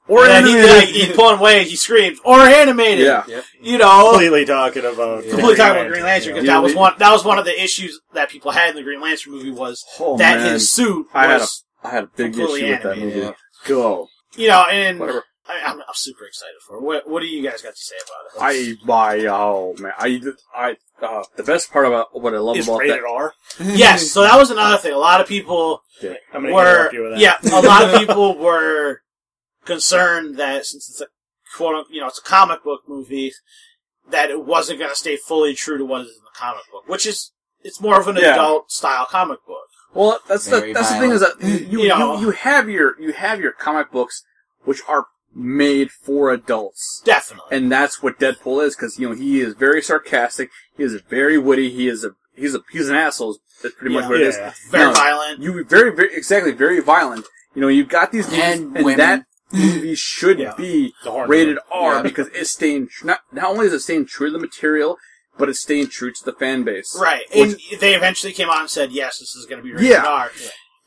A: Or and then he, like, he's pulling away. He screams, "Or animated."
C: Yeah.
A: You know,
B: Completely talking about
A: completely talking about Green Lantern because
C: Yeah.
A: that was one that was one of the issues that people had in the Green Lantern movie was
C: Oh,
A: that
C: man.
A: his suit
C: I had a-
A: was
C: I had a big issue
A: Completely
C: with that
A: animated,
C: movie.
D: yeah.
C: Go.
A: you know and.
C: Whatever.
A: I, I'm, I'm super excited for it. What, what do you guys got to say about it?
C: I, my, oh man. I, I, uh, the best part about what I love
B: Is
C: about
B: rated
C: that.
B: R.
A: yes, so that was another thing. A lot of people
B: I'm gonna
A: were,
C: <laughs>
B: interrupt you with that.
A: yeah, a lot of people were concerned that since it's a quote, you know, it's a comic book movie, that it wasn't going to stay fully true to what is in the comic book, which is, it's more of an
C: Yeah.
A: adult style comic book.
C: Well, that's the,
D: Very
C: that's the thing is that you you,
A: Yeah.
C: you you have your you have your comic books, which are made for adults,
A: Definitely.
C: and that's what Deadpool is because you know he is very sarcastic, he is very witty, he is a he's a he's an asshole. That's pretty much
A: Yeah.
C: what it is.
A: Very
C: No.
A: violent.
C: You very very exactly very violent. You know you got these movies,
D: And
C: and,
D: women.
C: that movie should
A: Yeah.
C: be
A: The horn.
C: rated R
D: Yeah.
C: because it's staying tr- not not only is it staying true to the material, but it's staying true to the fan base.
A: Right. And they eventually came out and said, yes, this is going to be rated
C: Yeah.
A: R.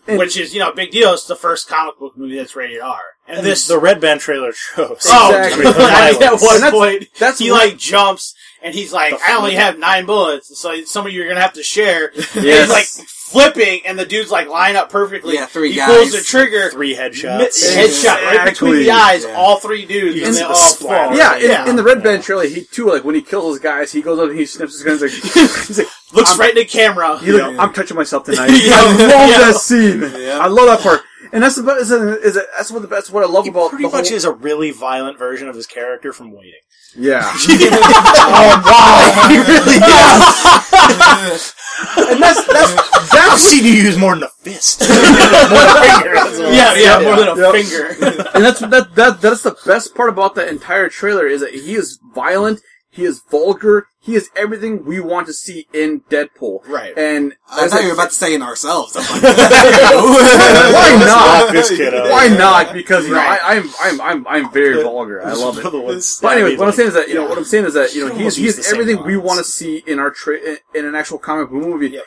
C: And-
A: Which is, you know, a big deal. It's the first comic book movie that's rated R. And,
B: And
A: this,
B: the Red Band trailer shows.
A: oh,
C: <laughs> <laughs>
A: <laughs>
C: Exactly.
A: I mean, at
B: Violence.
A: one
C: And that's-
A: point, <laughs>
C: That's
A: he
C: what-
A: like jumps and he's like,
B: The
A: I only
B: flip.
A: have nine bullets. So some of you are going to have to
C: <laughs>
A: share. And
C: Yes.
A: he's like flipping and the dude's like line up perfecttly.
D: Yeah, three
A: he pulls
D: guys.
A: the trigger.
B: Three
A: mi-
B: headshots.
A: Headshot right between the
C: Exactly.
A: eyes,
D: Yeah.
A: all three dudes,
B: You
A: and
C: see
A: they
B: the
A: all
B: splatter.
A: fall.
C: Yeah, in,
A: yeah.
C: in the Red Band trailer, he too, like, when he kills those guys, he goes up and he snips his
A: <laughs>
C: gun. He's like, he's like,
A: looks right in the camera.
C: he's like, I'm touching myself
A: <laughs>
C: tonight.
A: Yeah.
C: I love
A: Yeah.
C: that scene.
D: Yeah.
C: I love that part. And that's the best, is, is it, that's what the best, what I love
B: He
C: about
B: pretty
C: the
B: much
C: whole,
B: is a really violent version of his character from Waiting.
C: Yeah.
B: oh <laughs> wow, he
D: <laughs>
B: really is.
C: and that's, that's, <laughs>
B: I've
C: that's,
B: seen you use more than a fist. More than a finger, that's all.
A: <laughs> yeah, yeah, more
B: <laughs>
A: than a
C: Yep. <laughs>
A: finger.
C: and that's, that, that, that's the best part about the entire trailer is that he is violent, he is vulgar, he is everything we want to see in Deadpool.
A: Right.
C: And
D: I
C: that's
D: thought
C: like-
D: you were about to say in ourselves. I'm like,
C: <laughs> why not?
B: Lock this kid up.
C: Why not? Because, you know,
A: Right.
C: I, I'm, I'm, I'm, I'm very vulgar. I <laughs> love it.
B: The ones
C: But anyway,
B: that
C: what I'm
B: he's
C: saying is that you know what I'm saying is that you know
B: Almost
C: he's
B: use
C: he's
B: the same
C: everything we
B: lines.
C: want to see in our tra- in- in an actual comic book movie.
A: Yep.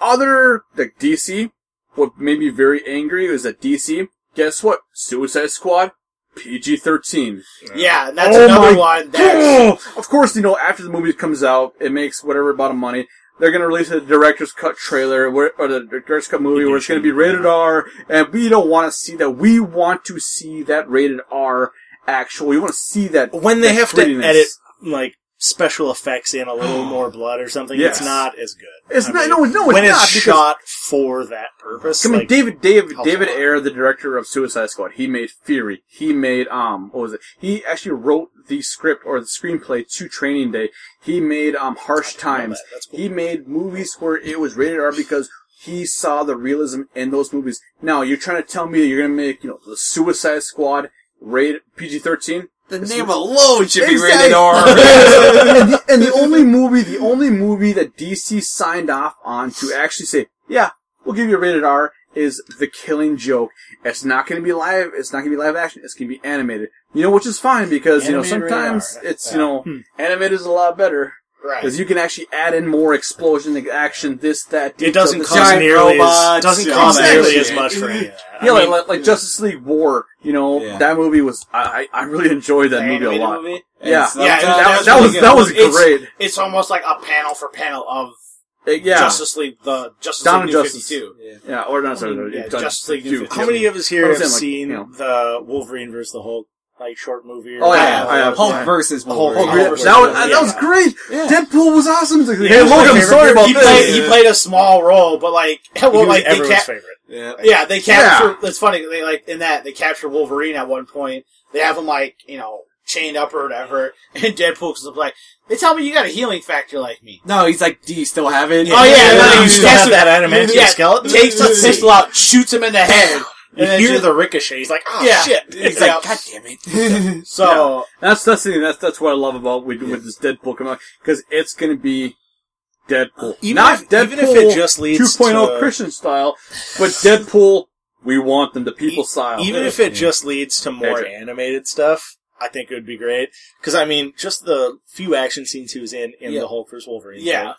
C: Other like DC, what made me very angry was that DC. Guess what? Suicide Squad, PG-13.
A: yeah, and that's
C: Oh
A: another
C: my
A: one <laughs> that's
C: <gasps> of course, you know after the movie comes out, it makes whatever amount of money. They're gonna release a director's cut trailer where, or the director's cut movie where it's gonna be rated R, and we don't want to see that. We want to see that rated R. Actual, we want to see that
B: when they have to
C: grittiness.
B: edit like special effects in a
C: <gasps>
B: little more blood or something,
C: Yes.
B: it's not as good.
C: It's
B: I
C: not-
B: mean,
C: no, no, it's
B: when
C: not,
B: it's
C: because-
B: shot for that purpose.
C: I mean,
B: like,
C: David, David,
B: helps
C: David
B: a lot.
C: Ayer, the director of Suicide Squad, he made Fury. He made, um, what was it? He actually wrote the script or the screenplay to Training Day. He made, um,
B: I
C: Harsh
B: didn't know
C: Times.
B: that. That's cool.
C: He made movies where it was rated R because he saw the realism in those movies. Now, you're trying to tell me that you're gonna make, you know, the Suicide Squad rated PG-13?
D: the name alone should be
C: Exactly.
D: rated <laughs> R.
C: and, the, and the only movie, the only movie that DC signed off on to actually say, yeah, we'll give you a rated R is The Killing Joke. It's not going to be live. It's not going to be live action. It's going to be animated. You know, which is fine because you know
B: Animated rated
C: sometimes
B: R.
C: it's you know animated is a lot better
A: right.
C: because you can actually add in more explosion, like action, this, that.
B: it
C: detail,
B: doesn't
C: this-
B: cost
C: giant
B: nearly as
C: robots,
B: doesn't
C: yeah,
B: cost
C: exactly.
B: nearly as much for any of that. I
C: Yeah, like,
B: mean,
C: like, like Justice League War. You know
D: Yeah.
C: that movie was I, I I really enjoyed that
A: The
C: movie a
A: animated
C: lot.
A: movie.
C: <laughs> Yeah,
D: It's-
A: Yeah,
C: that,
A: that,
C: that was
A: really
C: that
A: good.
C: was
A: It's-
C: great.
A: It's almost like a panel for panel of
C: yeah,
A: Justice League, the Justice
C: Dawn
A: League
C: of
A: New
C: Justice.
A: Fifty Two.
C: Oh, Yeah, or not sorry,
A: I mean,
C: no,
A: yeah,
C: done-
A: Justice League
C: do-
B: how
A: Infinity.
B: many of us here
C: I'm
B: have
C: saying, like,
B: seen
C: you know.
B: the Wolverine versus the Hulk like short movie? or
C: Oh, yeah,
B: whatever?
C: I have.
D: Hulk
C: yeah.
D: versus
B: Hulk-
D: Wolverine.
C: Oh, yeah, that, was,
B: Hulk
C: uh, that was
B: Yeah.
C: great.
D: Yeah.
C: Deadpool was awesome. It's like,
B: Yeah,
C: hey, look, I'm
B: favorite
C: sorry about
A: he
C: this.
A: played, he
D: Yeah.
A: played a small role, but like, <laughs>
B: He
A: well,
B: was
A: like they
B: everyone's
A: ca-
B: favorite.
D: Yeah.
A: yeah, they capture. It's funny, they like in that they capture Wolverine at one point. They have him like you know chained up or whatever, <laughs> and Deadpool comes up like, "They tell me you got a healing factor like me."
D: No, he's like, do you still have it?
A: Oh, yeah, no,
B: you
A: you
B: still
A: guess
B: have that adamantium
A: Yeah,
B: skeleton.
A: takes the pistol out, shoots him in the head.
B: <laughs> You
A: and then
B: hear
A: just-
B: the ricochet. He's like, oh
A: yeah,
B: shit.
A: He's
D: He's like,
A: like,
D: God damn
A: <laughs>
D: it.
A: so
C: That's that's the thing. That's that's what I love about with, with this Deadpool coming out because it's gonna be Deadpool,
B: Even
C: not
B: if-
C: Deadpool
B: even if it just leads
C: 2.0
B: to-
C: Christian style, but Deadpool we want them the people style.
B: E-
D: Oh,
B: Even if it just leads to more
C: Magic.
B: animated stuff, I think it would be great. Because I mean, just the few action scenes he was in in
D: Yeah.
B: the Hulk vs Wolverine.
A: Yeah.
B: thing,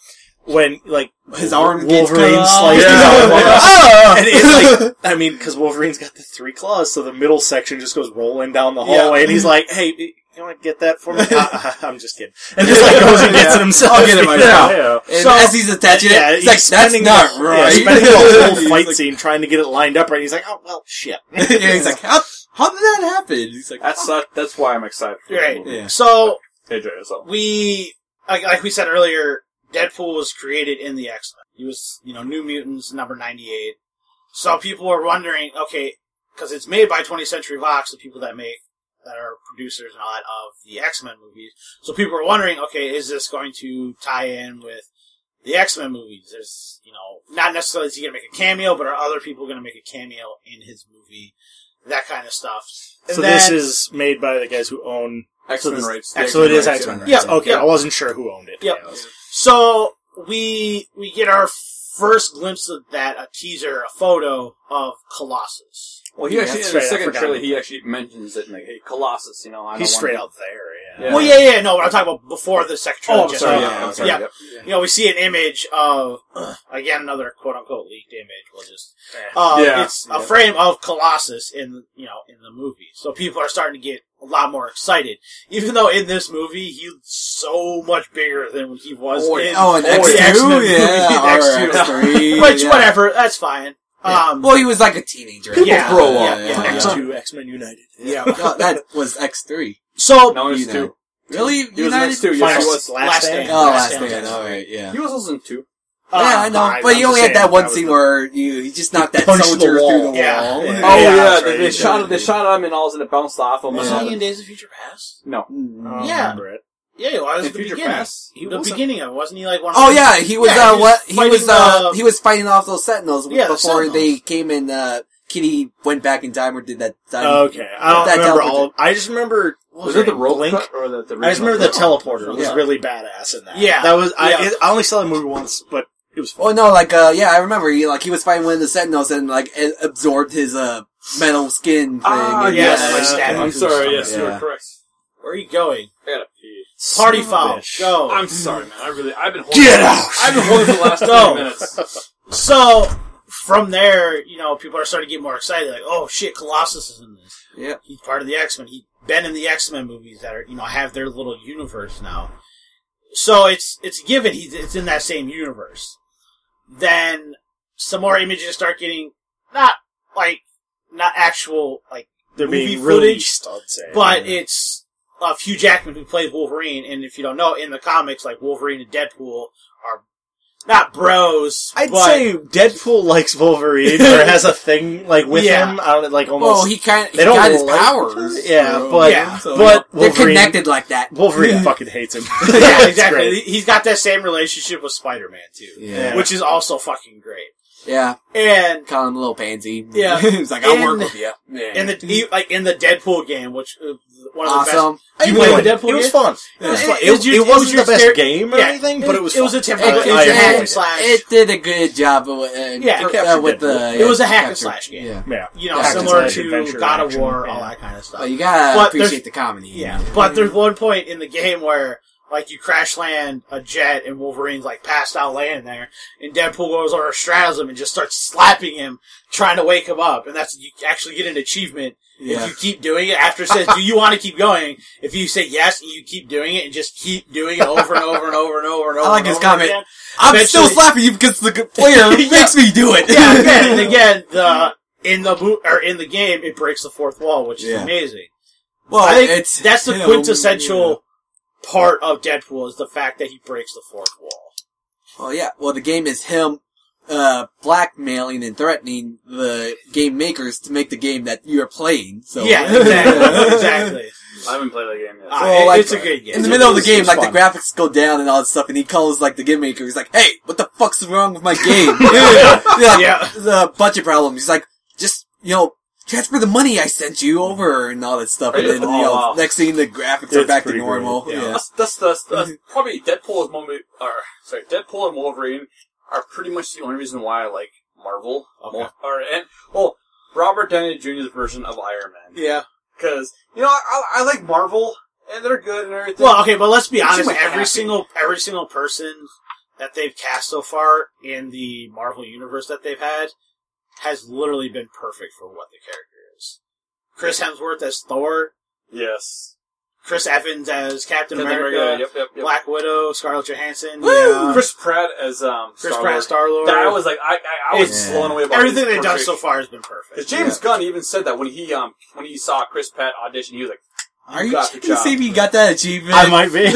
B: when like
D: His arm gets cut
B: Wolverine
D: off.
B: sliced his
C: Yeah.
B: arm off.
D: <laughs>
C: Yeah.
B: And it's like, I mean, because Wolverine's got the three claws, so the middle section just goes rolling down the
A: Yeah.
B: hallway, and he's like, "Hey, you want to get that
D: <laughs>
B: for me?" "Ah, I'm just kidding, and just like goes and gets it himself.
D: I'll get it myself. And
B: So-
D: as he's attaching
B: yeah,
D: it,
B: he's
D: he's like, that's
B: spending
D: not
B: the-
D: right.
B: Yeah,
D: <laughs>
B: spending the whole
D: He's
B: fight
D: like-
B: scene trying to get it lined up right. He's like, "Oh well, shit."
D: <laughs> yeah, he's like, how, how did that happen? He's like, "Oh,
C: that's that, that's why I'm excited. For
A: Right.
C: that movie.
D: yeah.
A: so
C: Enjoy yourself.
A: we like, like we said earlier, Deadpool was created in the X Men. He was you know New Mutants number ninety eight. So people were wondering, okay, because it's made by 20th Century Fox, the people that make that are producers and all that of the X Men movies. So people are wondering, okay, is this going to tie in with the X Men movies? There's, you know, not necessarily is he going to make a cameo, but are other people going to make a cameo in his movie? That kind of stuff. And
B: So
A: then-
B: this is made by the guys who own.
C: X
B: So
C: Men
B: this-
C: rights.
B: So it is X
C: X-Men
B: Men.
C: rights,
A: Yeah.
B: Okay, I wasn't sure who owned it.
A: Yep.
B: Yeah, it was-
A: So we we get our first glimpse of that, a teaser, a photo of Colossus.
C: Well, he
B: Yeah,
C: actually
B: that's
C: in the
B: right, I
C: second
B: forgot
C: trailer
B: about
C: he actually mentions it in like hey, Colossus. You know, I don't
B: He's
C: want
B: straight
C: to-
B: out there.
C: Yeah.
B: Yeah.
A: Well, yeah, yeah, no, I'm talking about before the secretary.
B: Oh, I'm
A: General.
B: sorry,
C: yeah, I'm sorry,
A: yeah.
C: yep.
A: You know, we see an image of <clears throat> again another quote unquote leaked image. We'll just
B: Yeah.
A: uh,
C: Yeah.
A: it's a
C: Yeah.
A: frame of Colossus in you know in the movie. So people are starting to get a lot more excited, even though in this movie he's so much bigger than he was
C: Oh,
A: in
D: Oh, and
A: the
D: X
C: X-Men
D: two,
A: X-Men
D: yeah,
A: movie, X2.
D: or X
A: <laughs>
D: three,
A: Which
D: yeah.
A: whatever, that's fine.
D: Yeah.
A: Um,
D: Well, he was like a teenager.
A: People Yeah,
C: grow up.
A: yeah, yeah.
B: X
A: Yeah.
B: Two X Men United. <laughs>
A: yeah.
D: Oh, that was X three.
A: So
C: No, he's
D: United.
C: two.
D: Really?
C: He was in X two. Yes,
B: Final
C: he was.
A: Last
B: last stand.
A: Stand.
D: Oh, last
A: Last
D: stand.
A: Stand.
D: All right, yeah.
C: He was also in two.
D: yeah, I
A: um,
D: know, but
A: I'm
D: he
A: just
D: only
A: saying
D: had that one
A: was
D: scene
A: the-
D: where you he just knocked that
B: punched the
D: soldier
B: wall.
D: through the
A: Yeah,
D: wall.
A: yeah.
C: Oh yeah,
B: that's
C: they,
B: right,
C: they
B: he's
C: shot
B: in
C: him. They
B: two.
C: shot him, and all of a sudden it bounced off him.
A: Was
C: and-
A: he in Days of Future Past?
C: No.
D: Mm.
B: I
A: Yeah.
B: remember it.
A: Yeah, he was.
C: In
A: the
C: Future
A: beginning.
C: Past, he
A: the
C: wasn't.
A: beginning of it. Wasn't he like one of
D: Oh
A: those-
D: yeah, he was
A: Yeah,
D: uh
A: he was
D: what he was
A: fighting
D: uh
A: the-
D: he was fighting off those sentinels
A: Yeah, the
D: before they
A: Sentinels.
D: came and uh Kitty went back and Dimer did that Dimer.
A: Oh,
B: Okay, I don't
D: That
B: remember
D: teleporter.
B: all. I just remember. what
C: Was it the
B: name?
C: rope
B: Blink?
C: cut or the, the
B: I just remember the teleporter was
D: Yeah.
B: really badass in that.
A: Oh. Yeah.
B: that was. I
A: Yeah.
B: I only saw the movie once, but it was fun.
D: Oh no, like uh yeah, I remember he like he was fighting one of the sentinels and like it absorbed his uh metal skin thing.
C: Ah,
D: and,
A: yes.
D: uh,
A: like stabbing
C: I'm
A: through
C: sorry.
A: something.
C: Yes, you
D: Yeah.
C: were correct.
A: Where are you going?
C: I gotta pee.
A: Party
B: Son of a
A: foul.
B: bitch.
A: Go.
C: I'm sorry, man. I really, I've been holding.
B: Get out!
C: I've been holding for the <laughs> last
A: Go.
C: thirty minutes.
A: so from there, you know, people are starting to get more excited. Like, oh shit, Colossus is in this.
D: Yeah.
A: he's part of the X Men. He's been in the X Men movies that are you know have their little universe now. So it's it's a given. He's it's in that same universe. Then some more images start getting not like not actual like
B: They're
A: Movie
B: being eh?
A: footage,
B: released, I'd say.
A: But it's of Hugh Jackman who plays Wolverine, and if you don't know, in the comics, like Wolverine and Deadpool are not bros.
B: I'd
A: but- <laughs>
B: say <laughs> Deadpool likes Wolverine or has a thing like with
A: Yeah.
B: him. I don't like almost.
D: well, he kind of
B: they
D: he
B: don't
D: got his
B: like-
D: powers.
B: Yeah,
D: bro.
B: but
A: Yeah.
D: So,
B: but
D: they're
B: Wolverine,
D: connected like that.
A: <laughs>
B: Wolverine fucking hates him.
A: yeah,
B: It's
A: exactly.
B: great.
A: He's got that same relationship with Spider Man too,
D: Yeah.
A: which is also fucking great.
D: Yeah,
A: And
D: call him little pansy.
A: Yeah.
D: <laughs> he's like I'll
A: And-
D: work with you. Yeah.
A: in the he- like in the Deadpool game, which uh, one of the
D: awesome.
B: I
A: You played
B: enjoyed
A: the
B: it.
A: Deadpool
B: It was
A: game?
B: fun.
A: Yeah.
B: It was
A: It-
B: fun.
A: it
B: It,
A: was your-
B: it
A: it was
B: wasn't
A: your
B: the best
A: stare-
B: game or
A: yeah,
B: anything,
A: best.
B: but it was.
A: it was
B: fun.
A: a template.
D: It,
B: I-
D: it,
B: I
D: it-
B: enjoyed it.
A: slash.
D: it did a good job. Of, uh,
A: Yeah,
D: for-
B: it captured
D: uh, with the
B: Deadpool.
A: It was a hack and
D: captured-
A: slash game.
D: Yeah,
B: yeah.
A: you know,
D: Yeah,
A: similar
B: it's like
A: to
B: adventure
A: God of
B: action,
A: War,
B: yeah.
A: all that kind of stuff.
D: but you gotta
A: But there's-
D: appreciate the comedy.
A: Yeah, but there's one point in the game where like you crash land a jet and Wolverine's like passed out laying there, and Deadpool goes over and straddles him and just starts slapping him, trying to wake him up, and that's you actually get an achievement
D: Yeah.
A: if you keep doing it. After it says, "Do you want to keep going?" If you say yes and you keep doing it and just keep doing it over and over and over and over and over,
D: <laughs> I like
A: and
D: his
A: over
D: comment.
A: again.
D: I'm
A: Eventually-
D: still slapping you
A: <laughs>
D: because the good player
A: Yeah.
D: makes me do it.
A: Yeah, again and
D: <laughs>
A: again the. In the mo- or in the game, it breaks the fourth wall, which is
D: Yeah.
A: amazing.
D: Well,
A: I think
D: Oh, it's
A: That's the
D: you know,
A: quintessential part of Deadpool is the fact that he breaks the fourth wall.
D: Well, yeah. Well, the game is him uh blackmailing and threatening the game makers to make the game that you're playing. So
A: yeah,
D: <laughs>
A: exactly. exactly.
C: I haven't played that game yet.
A: Ah,
D: Well,
A: it-
D: like,
A: it's a good game.
D: In the middle of the
C: It's-
D: game,
C: it's
D: like
C: fun.
D: the graphics go down and all this stuff, and he calls like the game maker. He's like, "Hey, what the fuck's wrong with my game?" <laughs> yeah,
A: Yeah.
D: the budget problem. He's like, "Just you know, transfer the money I sent you over and all that stuff." And
C: Yeah.
D: then you
C: Oh,
D: know,
C: wow.
D: next thing the graphics are
B: It's
D: back to
B: pretty great.
D: normal.
A: Yeah.
D: Yeah.
C: That's, that's, that's, that's probably Deadpool is movie, or sorry, Deadpool and Wolverine are pretty much the only reason why I like Marvel.
A: Okay.
C: Or and well, Robert Downey Jr.'s version of Iron Man.
A: Yeah.
C: Because you know, I, I like Marvel and they're good and everything.
A: Well, okay, but let's be honest.
D: like
A: Every
D: happy.
A: single every single person that they've cast so far in the Marvel universe that they've had has literally been perfect for what the character is. Chris Hemsworth as Thor,
C: yes,
A: Chris Evans as Captain,
C: Captain
A: America,
C: America, Yep, yep, yep.
A: Black Widow, Scarlett Johansson,
D: Woo!
A: yeah. Chris,
C: Chris Pratt as um Star
A: Pratt, Star Lord.
C: That was like I I, I was
D: It's-
C: blown away by
A: Everything they've done so far has been
C: Because
A: perfect.
C: James Gunn even said that when he um when he saw Chris Pratt audition, he was like,
D: Are you
C: got the
D: checking to
C: job.
D: see if you got that achievement?
B: I might be.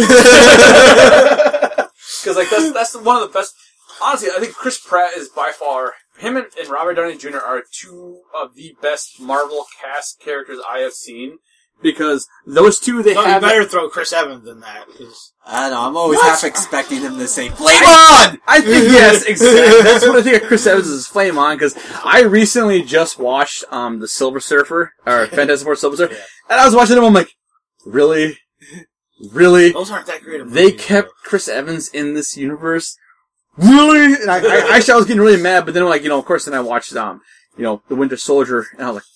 C: Because like that's that's one of the best. Honestly, I think Chris Pratt is by far him and, and Robert Downey Jr. are two of the best Marvel cast characters I have seen because those two they
A: No, you
C: have
A: better throw Chris Evans than that. 'cause-
D: I don't know. I'm always
C: What?
D: half expecting him to say, "Flame on!"
C: I think
A: <laughs>
C: yes, exactly. That's what I think of Chris Evans' is flame on because I recently just watched um the Silver Surfer
A: <laughs>
C: or Fantastic Four Silver Surfer,
A: Yeah.
C: and I was watching him. I'm like, really, really.
A: Those aren't that great. Of
C: They
A: movies,
C: kept Chris Evans in this universe, really. And I, I actually I was getting really mad, but then like you know, of course, then I watched um you know the Winter Soldier, and I was like,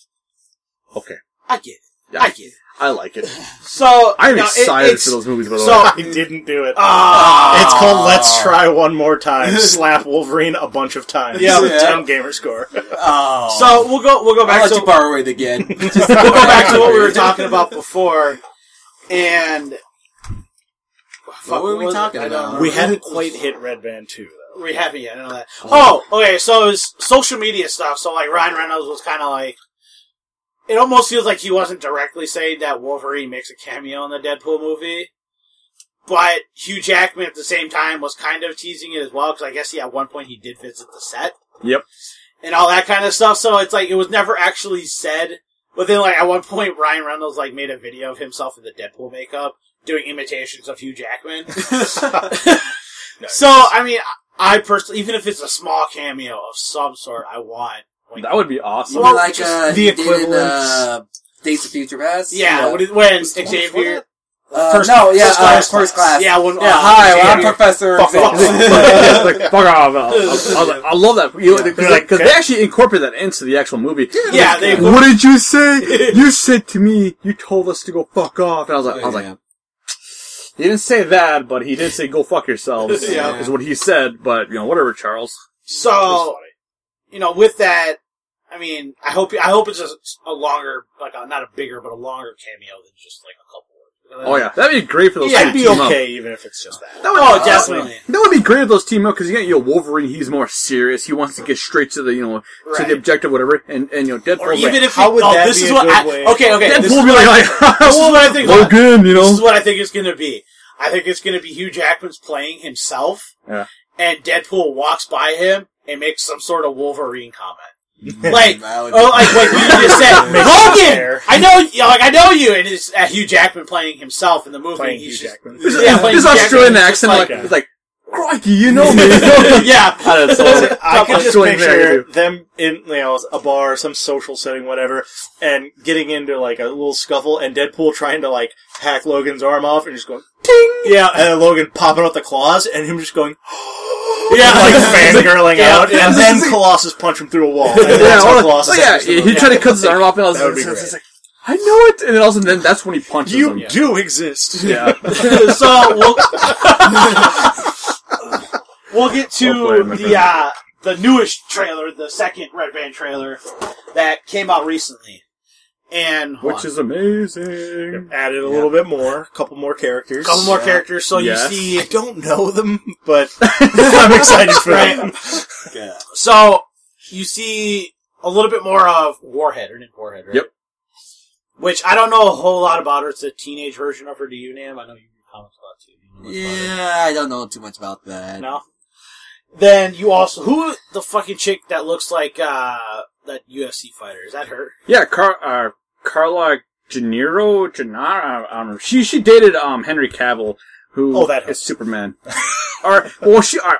C: okay,
A: though. I get it.
C: yeah,
A: I get it.
C: I like it.
A: So
C: I'm
A: no, it-
C: excited
A: it's-
C: for those movies. By the
A: So
C: way.
A: <laughs>
B: <laughs> I didn't do it.
A: ah,
B: It's called Let's Try One More
A: <laughs>
B: Time. Slap Wolverine a bunch of times.
A: Yeah.
D: Yeah.
B: 10 gamer score.
D: Oh,
A: so we'll go. We'll go
D: I'll
A: back.
D: let
A: to
D: you borrow it again.
A: <laughs>
D: Just
A: we'll go back to what we
C: <laughs>
A: were talking about before, and
D: What were we
A: was it?
D: talking
A: I don't
D: about?
A: remember.
B: We hadn't quite hit Red Band 2,
A: <laughs>
B: though. <laughs>
A: we haven't yet. I know that. Oh, okay. So it's social media stuff. So like Ryan Reynolds was kind of like, it almost feels like he wasn't directly saying that Wolverine makes a cameo in the Deadpool movie, but Hugh Jackman at the same time was kind of teasing it as well because I guess yeah, at one point he did visit the set.
C: Yep.
A: And all that kind of stuff. So it's like it was never actually said. But then, like at one point, Ryan Reynolds like made a video of himself in the Deadpool makeup doing imitations of Hugh Jackman. <laughs> So I mean, I personally, even if it's a small cameo of some sort, I want. Like,
C: That would be awesome.
D: You mean
A: Well,
D: like
A: just
D: uh,
B: the
D: he did in,
B: equivalence.
D: uh, Days of Future Past.
A: yeah,
D: Uh,
A: When, it- when
B: Was the-
A: Xavier,
D: uh,
A: first-
D: no, yeah,
A: first
D: uh,
A: class.
D: first class.
A: yeah, when,
C: Oh,
D: Yeah,
A: uh,
D: hi, well, I'm
A: Xavier-
D: Professor
A: Fuck
D: Xavier.
A: off.
C: Yeah, it's like, fuck off.
A: <laughs>
C: I, was- I was like, I love that. You know, Because like, 'cause they actually incorporate that into the actual movie.
A: yeah, they
C: What did
A: <laughs>
C: you say? You said to me, you told us to go fuck off. And I was <laughs> like, I was like, he didn't say that, but he did say go fuck yourselves.
A: <laughs> Yeah.
C: Is what he said, but, you know, whatever, Charles.
A: So, you know, with that, I mean, I hope I hope it's a, a longer, like a, not a bigger, but a longer cameo than just like a couple. Words.
C: Oh, yeah. That'd be great for those
A: Yeah,
C: two
B: I'd be
C: team up.
B: okay even if it's just that.
C: That would,
A: Oh, definitely.
C: That would be great if those team up because you got you know, Wolverine. He's more serious. He wants to get straight to the you know to
A: Right.
C: the objective, whatever. And and you know Deadpool.
A: Or even if
B: How
A: he-
B: would
A: no,
B: that
A: this
B: be
A: is
B: a
A: what
B: good
A: I,
B: way-
A: okay, okay.
C: Deadpool
A: this is
C: would be
A: what I-
C: like, <laughs> like
A: this is what I think.
C: Logan, you
A: This is
C: know.
A: what I think it's going to be. I think it's going to be Hugh Jackman's playing himself,
C: Yeah.
A: and Deadpool walks by him and makes some sort of Wolverine comment, like,
D: That would be-
A: oh, like what you just said,
B: Makes sense
A: Logan.
B: there.
A: I know, yeah, like I know you, and it's uh, Hugh Jackman playing himself in the movie.
B: Playing
A: He's
B: Hugh
A: just-
B: Jackman.
C: This,
A: yeah, playing
C: this
A: Hugh
C: Australian
A: Jackman, just
C: accent, like,
A: like-
B: like-
C: it's like, crikey, you know <laughs> me.
A: <laughs> yeah,
C: I don't know.
B: I can just
C: Australian
B: picture
C: accent.
B: them in you know, a bar, some social setting, whatever, and getting into like a little scuffle, and Deadpool trying to like hack Logan's arm off, and just going ting,
A: yeah.
B: and then Logan popping out the claws, and him just going
A: Yeah.
B: like fangirling
A: Yeah,
B: out,
A: yeah.
B: and then Colossus punch him through a wall. And
C: <laughs> yeah,
B: that's how
C: or like,
B: Colossus
C: oh, yeah,
B: enters the
C: he
B: movie.
C: tried to cut his arm off, and I was
B: That would be
C: it's- it's
B: great.
C: like, I know it, and then all of a sudden, then that's when he punches him.
B: You do exist.
C: Yeah,
A: so we'll we'll get
C: Well played, my
A: to
C: friend.
A: the uh, the newest trailer, the second Red Band trailer that came out recently, and hold
C: <laughs> which
A: on.
C: is amazing.
B: <laughs> Added a little bit more, a couple more characters.
A: a couple more characters. So
C: Yes.
A: you
B: I
A: see,
B: don't know them, but I'm excited for them.
D: Yeah.
A: so you see a little bit more of Warhead, or Nick Warhead, right?
C: Yep.
A: Which I don't know a whole lot about her. It's a teenage version of her. Do you, Nam? I know you read comics a lot too. You know much about her.
D: Yeah, I don't know too much about that.
A: No. Then you also who the fucking chick that looks like uh that UFC fighter is that her?
C: Yeah, Car- uh, Carla Gennaro, Gennaro, I don't know. She she dated um Henry Cavill, who
B: Oh, that
C: is Superman. <laughs> or well, she. Or,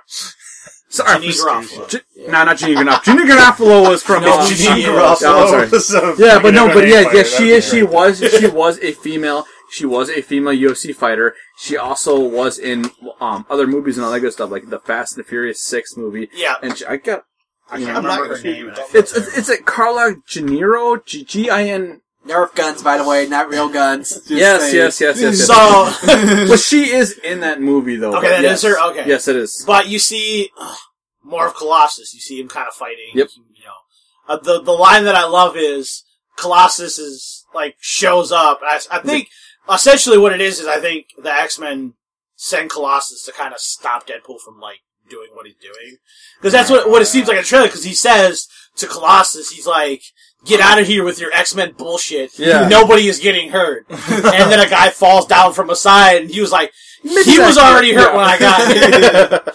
C: sorry,
A: Janine Garofalo.
C: G- nah, not Janine Garofalo. Janine Garofalo was from.
A: No,
C: um,
A: Janine
C: uh,
A: Garofalo
C: oh, sorry. Yeah, but no, but yeah, yeah, she is. She was. She was a female. She was a female UFC fighter. She also was in um other movies and all that good stuff, like the Fast and the Furious Six movie.
A: Yeah.
C: and she, I got.
A: I
C: you
A: can't
C: know,
B: I'm not
A: remember her name.
B: gonna see
C: It's it's, it's like Carla Gennaro, G G I N.
D: Nerf guns, by the way, not real guns. Just
C: Yes,
D: saying.
C: yes, yes, yes, yes. <laughs>
A: So,
C: but she is in that movie though.
A: Okay, that
C: that
A: is
C: is
A: her? Okay.
C: Yes, it is.
A: but you see ugh, more of Colossus. You see him kind of fighting.
C: Yep.
A: You know, uh, the the line that I love is Colossus is like shows up. I, I think essentially what it is is I think the X Men send Colossus to kind of stop Deadpool from like doing what he's doing because that's what what it seems like in the trailer. Because he says to Colossus, he's like. Get out of here with your X Men bullshit.
C: Yeah.
A: Nobody is getting
C: <laughs>
A: hurt. and then a guy falls down from a side, and he was like, "He
C: Mid-second. <laughs>
A: was already hurt
C: Yeah.
A: when I got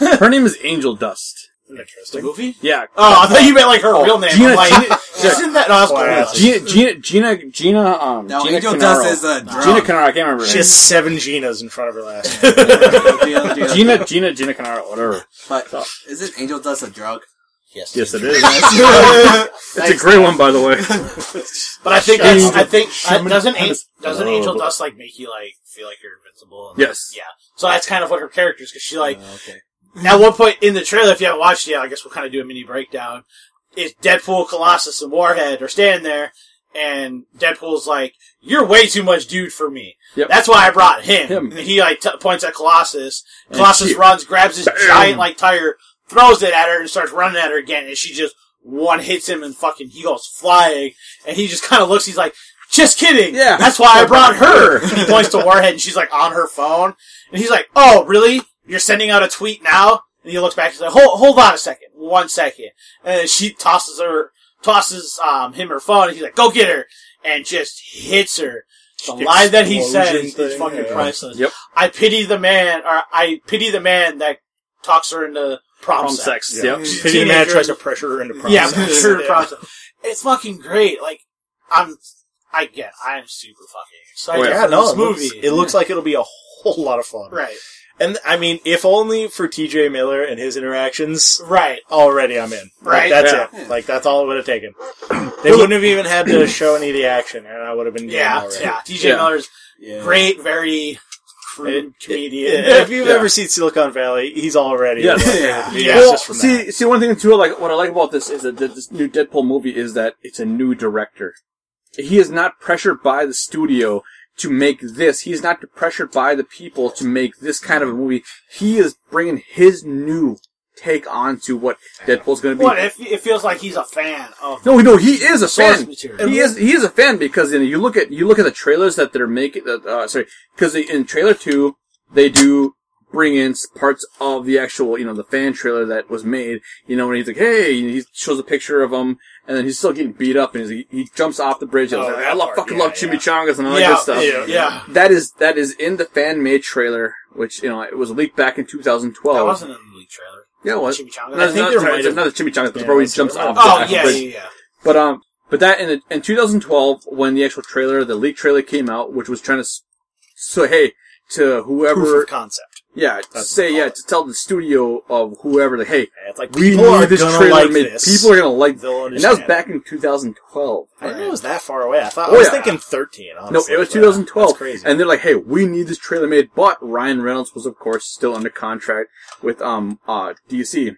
A: here."
C: Her name is Angel Dust.
B: Interesting.
A: movie?
C: Yeah.
A: Oh, I thought you meant like her real name.
C: Gina-
A: I'm like, isn't that no, that's cool.
B: Wow.
C: Gina, Gina, Gina, Gina, um,
D: No,
C: Gina
D: Angel
C: Canaro.
D: Dust is a
A: uh,
C: Gina
D: <laughs> drunk.
C: Canaro, I can't remember her
B: She has seven Ginas in front of her
C: <laughs>
B: last name.
D: <laughs> Gina-
C: name. Gina, Gina, Gina Canaro, whatever.
D: But isn't Angel Dust a drug?
A: Yes.
C: Yes, it is. It's a great one, by the way.
A: But I think that's, I think I,
C: Shaman-
A: doesn't An- doesn't
C: Oh.
A: Angel Dust like make you like feel like you're invincible? And,
C: Yes.
A: Yeah. So that's kind of what her character is because she like
D: okay.
A: <laughs> at one point in the trailer, if you haven't watched it yet, I guess we'll kind of do a mini breakdown. Is Deadpool, Colossus, and Warhead are standing there, and Deadpool's like, "You're way too much dude for me.
C: Yep.
A: That's why I brought him."
C: Him.
A: And he like t- points at Colossus. Colossus
C: shoot.
A: runs, grabs his
C: Bam.
A: giant like tire, throws it at her, and starts running at her again. And she just one hits him, and fucking he goes flying. And he just kind of looks. He's like, "Just kidding.
C: Yeah.
A: that's why I brought her." and he points to Warhead, and she's like on her phone. And he's like, "Oh, really? You're sending out a tweet now?" And he looks back. He's like, "Hold, hold on a second, one second. And she tosses her, tosses um, him her phone. And he's like, "Go get her!" And just hits her. The line that he says
B: Explosion
A: is
B: thing,
A: fucking
B: yeah.
A: priceless.
C: Yep.
A: I pity the man, or I pity the man that talks her into prom,
C: Prom
A: sex.
C: sex. Yep.
B: Pity the man tries to pressure her into prom.
A: Yeah,
B: sex.
A: sure,
B: <laughs>
A: prom sex. It's fucking great. Like, I'm, I get, I'm super fucking excited
C: Oh, yeah.
B: Yeah,
A: for
B: no,
A: this
B: it looks,
A: movie.
B: it looks like it'll be a whole lot of fun.
A: right,
B: And I mean, if only for TJ Miller and his interactions,
A: right.
B: already I'm in.
A: Right.
B: Like, that's
C: Yeah.
B: it. Like that's all it would have taken. They wouldn't have even had to show any of the action, and I would have been game
A: Yeah,
B: already.
A: yeah. DJ
C: Yeah.
A: Miller's
D: Yeah.
A: great, very crude comedian.
B: Yeah, If you've
C: Yeah.
B: ever seen Silicon Valley, he's already
C: Yes.
B: in.
D: Yeah.
A: Yeah,
B: it's
C: well,
B: just from
C: see, see, one thing too, like what I like about this is that th- this new Deadpool movie is that it's a new director. He is not pressured by the studio to make this. He is not pressured by the people to make this kind of a movie. He is bringing his new take on to what Deadpool's going to be.
A: What if <laughs> it feels like he's a fan of
C: No, no, he is a
A: Source
C: fan.
A: material.
C: He is he is a fan because you, know, you look at you look at the trailers that they're making. That, uh, sorry, because in trailer two they do bring in s- parts of the actual you know the fan trailer that was made. You know, and he's like, hey, and he shows a picture of him, and then he's still getting beat up, and he's, he jumps off the bridge. And
B: Oh,
C: he's like,
B: that
C: I love
B: part,
C: fucking
B: yeah,
C: love
B: yeah.
C: chimichangas and all that
A: yeah,
C: good stuff.
A: yeah, yeah.
C: That is that is in the fan made trailer, which you know it was leaked back in 2012.
A: That wasn't in the league trailer.
C: yeah, it was.
A: Chimichangas.
C: No,
A: I
B: think
C: not-
B: there
C: sorry,
B: might
C: it's
B: have-
C: another chimichangas, but
B: Yeah,
C: where he
B: that's
C: jumps
B: what it
C: off.
B: was.
C: the
A: Oh yeah,
C: actual
A: yeah,
C: bridge.
A: yeah.
C: But um, but that in in 2012 when the actual trailer, the leak trailer came out, which was trying to, s- so hey to
B: Proof
C: whoever,
B: of concept.
C: yeah, to
B: That's
C: say
B: what
C: yeah to tell the studio of whoever, like hey,
B: Yeah, It's like
C: we
B: people are
C: need this
B: gonna
C: trailer
B: like
C: made.
B: this.
C: People are gonna like,
B: They'll
C: and that was
B: understand.
C: back in 2012.
B: I didn't know it was that far away. I thought
C: Oh,
B: I was
C: yeah.
B: thinking 13.
C: No,
B: Honestly,
C: it was
B: but uh,
C: 2012.
B: That's crazy.
C: And they're like, "Hey, we need this trailer made." But Ryan Reynolds was, of course, still under contract with um uh DC.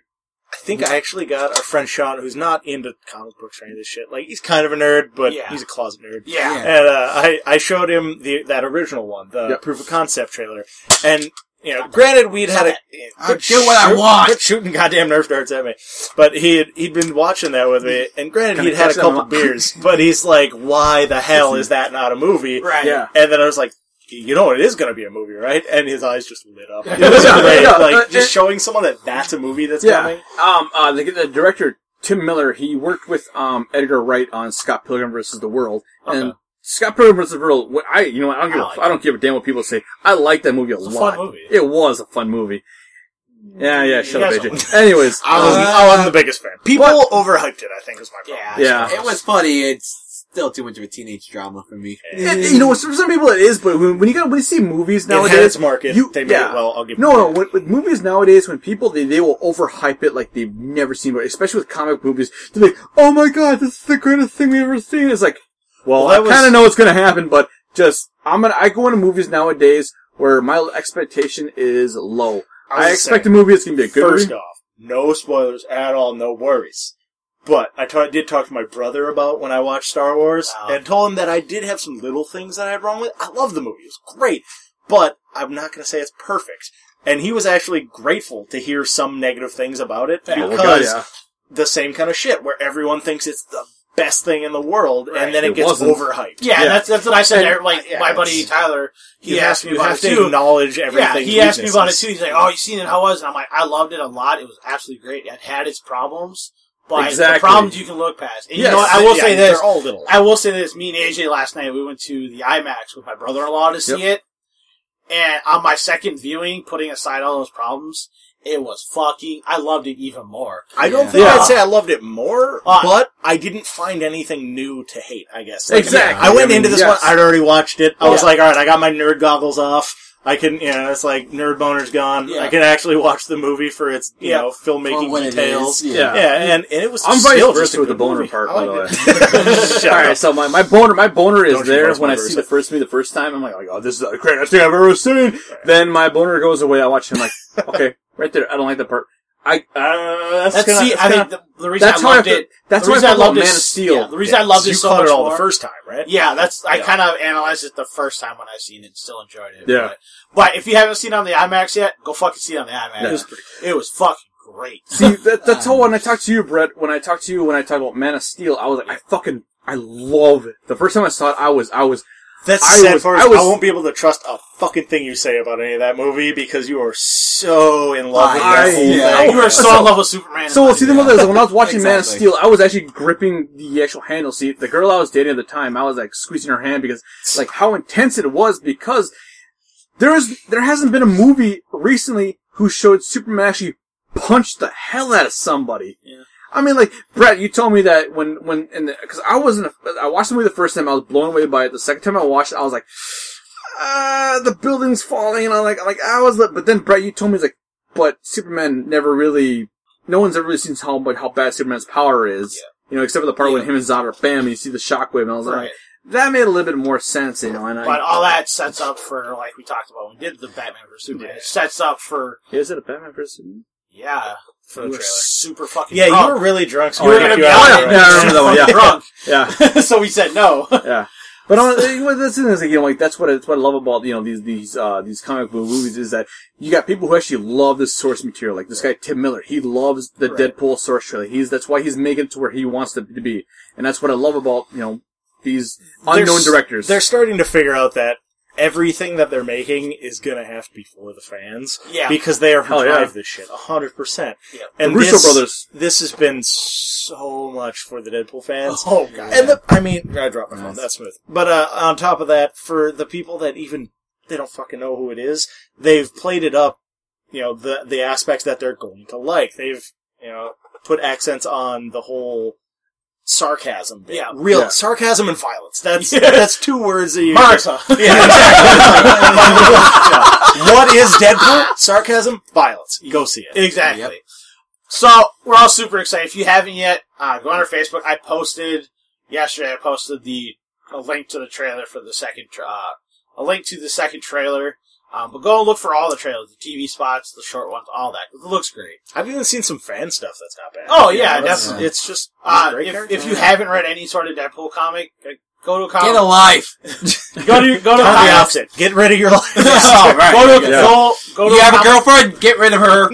B: I think I actually got our friend Sean, who's not into comic books or any of this shit. Like he's kind of a nerd, but
A: Yeah.
B: he's a closet nerd.
A: Yeah.
B: And uh, I I showed him the that original one, the
C: Yep.
B: proof of concept trailer, and you know, granted we'd had a
D: I do what I want.
B: quit shooting goddamn nerf darts at me, but he had, he'd been watching that with
D: Mm.
B: me, and granted
C: Kinda
B: he'd had a
C: catch that
B: couple <laughs>
C: on-
B: beers, but he's like, why the hell is that not a movie?
A: Right.
C: Yeah.
B: And then I was like. You know it is going to be a movie, right? And his eyes just lit <laughs> up. It was
C: Yeah,
B: great.
C: yeah, uh,
B: like
C: it-
B: just showing someone that that's a movie that's coming.
C: Um, uh, the, the director, Tim Miller, he worked with, um, Edgar Wright on Scott Pilgrim vs. the World. And
A: Okay.
C: Scott Pilgrim vs. the World, what I, you know, what, I don't give,
A: I
C: I
A: like
C: I don't give a damn what people say. I like that movie a
A: It's a
C: lot.
A: fun movie.
C: It was a fun movie. Yeah, yeah, shut up,
A: guys <laughs>
C: AJ. Anyways, um,
B: I was,
D: Uh,
B: I wasn't the biggest fan. People overhyped it, I think, is my problem.
A: Yeah.
C: yeah.
D: It was funny. It's still too much of a teenage drama for me.
C: It- Eh, you know, for some people it is, but when, when you got when you see movies
B: It
C: nowadays,
B: had its market.
C: You,
B: they made
C: yeah.
B: it well. I'll give
C: No,
B: them
C: no.
B: that.
C: With, with movies nowadays, when people they, they will overhype it like they've never seen, but especially with comic movies, they're like, "Oh my god, this is the greatest thing we've ever seen." It's like, well,
B: Well, that
C: I kind
B: was-
C: of know what's gonna happen, but just I'm gonna I go into movies nowadays where my expectation is low.
B: I was
C: I
B: the
C: expect
B: same.
C: a movie that's gonna be a good
B: First
C: movie.
B: off, no spoilers at all, no worries. But I ta- did talk to my brother about when I watched Star Wars
A: Wow.
B: and told him that I did have some little things that I had wrong with. I love the movie; it's great, but I'm not going to say it's perfect. And he was actually grateful to hear some negative things about it
A: Yeah, well,
B: because
C: Oh yeah.
B: the same kind of shit where everyone thinks it's the best thing in the world
A: Right.
B: and then it,
C: It
B: gets
C: wasn't.
B: overhyped.
A: Yeah,
C: Yeah.
A: that's that's what I said.
C: And-
A: there. Like
B: yeah,
A: my buddy
B: it's-
A: Tyler, he
B: You
A: asked
B: have-
A: me
B: you
A: about
B: have
A: it
B: to
A: too.
B: acknowledge
A: Yeah,
B: everything.
A: he asked me about it too. He's like, "Oh, you seen it? How was it?" And I'm like, "I loved it a lot. It was absolutely great. It had its problems, but the
C: Exactly.
A: problems you can look past." And you
C: Yes.
A: know, what? I will say this:
B: They're all little.
A: I will say this. Me and AJ last night, we went to the IMAX with my brother-in-law to see it. And on my second viewing, putting aside all those problems, It was fucking. I loved it even more.
C: <laughs>
A: <laughs>
B: I don't
D: Yeah.
B: think
A: Yeah.
B: I'd say I loved it more,
A: Ah.
B: but I didn't find anything new to hate, I guess.
C: Exactly.
B: I went
C: I mean,
B: into this
C: yes.
B: one, I'd already watched it. I was
A: Yeah.
B: like, alright, I got my nerd goggles off. I can, you know, it's like nerd boner's gone.
A: Yeah.
B: I can actually watch the movie for its, you
A: Yeah.
B: know,
D: Well,
B: filmmaking
D: when it
B: details.
D: is,
C: Yeah.
B: Yeah, and, and it was
C: I'm vice
B: still just
C: versa
B: a
C: with the
B: good
C: boner
B: movie.
C: part,
A: I
C: by the
A: liked
C: way.
B: Shut
C: All right,
B: up.
C: so my, my boner my boner is
B: Don't you
C: there
B: vice
C: when I
B: versa.
C: see the first me the first time. I'm like, oh, this is the greatest thing I've ever seen. Then my boner goes away. I watch it. I'm
A: <laughs>
C: like, okay, right there. I don't like that part. I uh, that's,
A: That's
C: kinda,
A: see,
C: that's
A: I
C: kinda-
A: think the, the reason
C: that's
A: I
C: how I
A: loved
C: feel,
A: it.
C: that's
A: the
C: how I
A: reason
C: feel about
A: loved it
C: Man of
A: s-
C: Steel.
A: yeah, the reason I loved
B: you
A: it so
B: caught
A: much
B: it all
A: more.
B: the first time, right?
A: Yeah, that's I
B: Yeah.
A: kind of analyzed it the first time when I seen it, and still enjoyed it.
C: Yeah.
A: but, but if you haven't seen it on the IMAX yet, go fucking see it on the IMAX.
C: Yeah.
A: It was pretty. It was fucking great. <laughs>
C: See, that, that's
A: Ah.
C: how when I talked to you, Brett, when I talked to you, when I talked about Man of Steel, I was like, I fucking, I love it. The first time I saw it, I was, I was,
B: That's
C: I
B: the sad
C: was-
B: part.
C: I
B: is I,
C: was-
B: won't be able to trust a fucking thing you say about any of that movie because you are so in love with
D: I-
B: that whole
D: yeah.
B: thing.
A: you were so,
C: So-
A: in love with Superman.
C: so well, see, the
D: Yeah.
C: mother is when I was watching Man of
D: Exactly.
C: Steel, I was actually gripping the actual handle. See, the girl I was dating at the time, I was like squeezing her hand because, like, how intense it was because there is, there hasn't been a movie recently who showed Superman actually punch the hell out of somebody.
A: Yeah.
C: I mean, like Brett, you told me that when when and because I wasn't, I watched the movie the first time, I was blown away by it. The second time I watched it, I was like, ah, the building's falling, and I'm like, I'm like I was, like- but then Brett, you told me it's like, but Superman never really, no one's ever really seen how like how bad Superman's power is. You know, except for the part when him and Zod are bam, and you see the shockwave, and I was like,
A: Right.
C: that made a little bit more sense, you know. And
A: But
C: I,
A: all that sets up for like we talked about. when We did the Batman vs Superman. It sets up for
C: is it a Batman person?
A: yeah.
B: For the
A: you were
B: trailer.
A: super fucking.
B: Yeah, you
A: drunk.
B: were really drunk. So
A: You
B: we
A: were
B: kicked
A: gonna
B: you
A: be
B: out,
A: on it.
B: right?
C: Oh. Yeah,
B: <laughs>
C: I remember that one, yeah.
A: Drunk. <laughs>
C: Yeah.
A: so we said no.
C: yeah. But on, <laughs> well, that's the thing is, like, you know, like that's what that's what I love about you know these these uh, these comic book movies is that you got people who actually love this source material. Like this guy Tim Miller, he loves the
A: Right.
C: Deadpool source material. He's that's why he's making it to where he wants to, to be, and that's what I love about you know these
B: They're
C: unknown
B: s-
C: directors.
B: They're starting to figure out that everything that they're making is going to have to be for the fans.
A: Yeah.
B: Because they are who
C: Hell yeah.
B: drive this shit. 100%.
A: Yeah.
B: And
C: The Russo
B: this,
C: brothers.
B: This has been so much for the Deadpool fans.
A: Oh god.
B: And the, I mean, I dropped my phone. That's smooth. But uh, on top of that, for the people that even they don't fucking know who it is, they've played it up. You know the the aspects that they're going to like. They've you know put accents on the whole sarcasm. Bit.
A: Yeah.
B: real
C: Yeah.
B: sarcasm and violence. <laughs> That's that's two words that you.
A: Martha.
B: <laughs> Yeah, exactly. <laughs> Yeah. What is Deadpool? Sarcasm, violence. Go see it.
A: Exactly.
D: Yep.
A: So we're all super excited. If you haven't yet, uh, go on our Facebook. I posted yesterday. I posted the a link to the trailer for the second tra- uh, a link to the second trailer. Um, but go and look for all the trailers, the TV spots, the short ones, all that. It looks great.
B: I've even seen some fan stuff that's not bad.
A: Oh, yeah,
B: that's-
D: definitely.
B: It's just
A: Uh,
B: great
A: if,
B: character.
A: if you haven't read any sort of Deadpool comic, uh, go to a
D: Get a
A: comic.
D: life.
A: Go to your- go to
B: Kind of the
A: comic-
B: opposite. Get rid of
A: <laughs>
B: your life.
D: oh, right.
A: Go to
C: Yeah.
A: go go to
D: You have a
A: comic-
D: girlfriend? Get rid of her.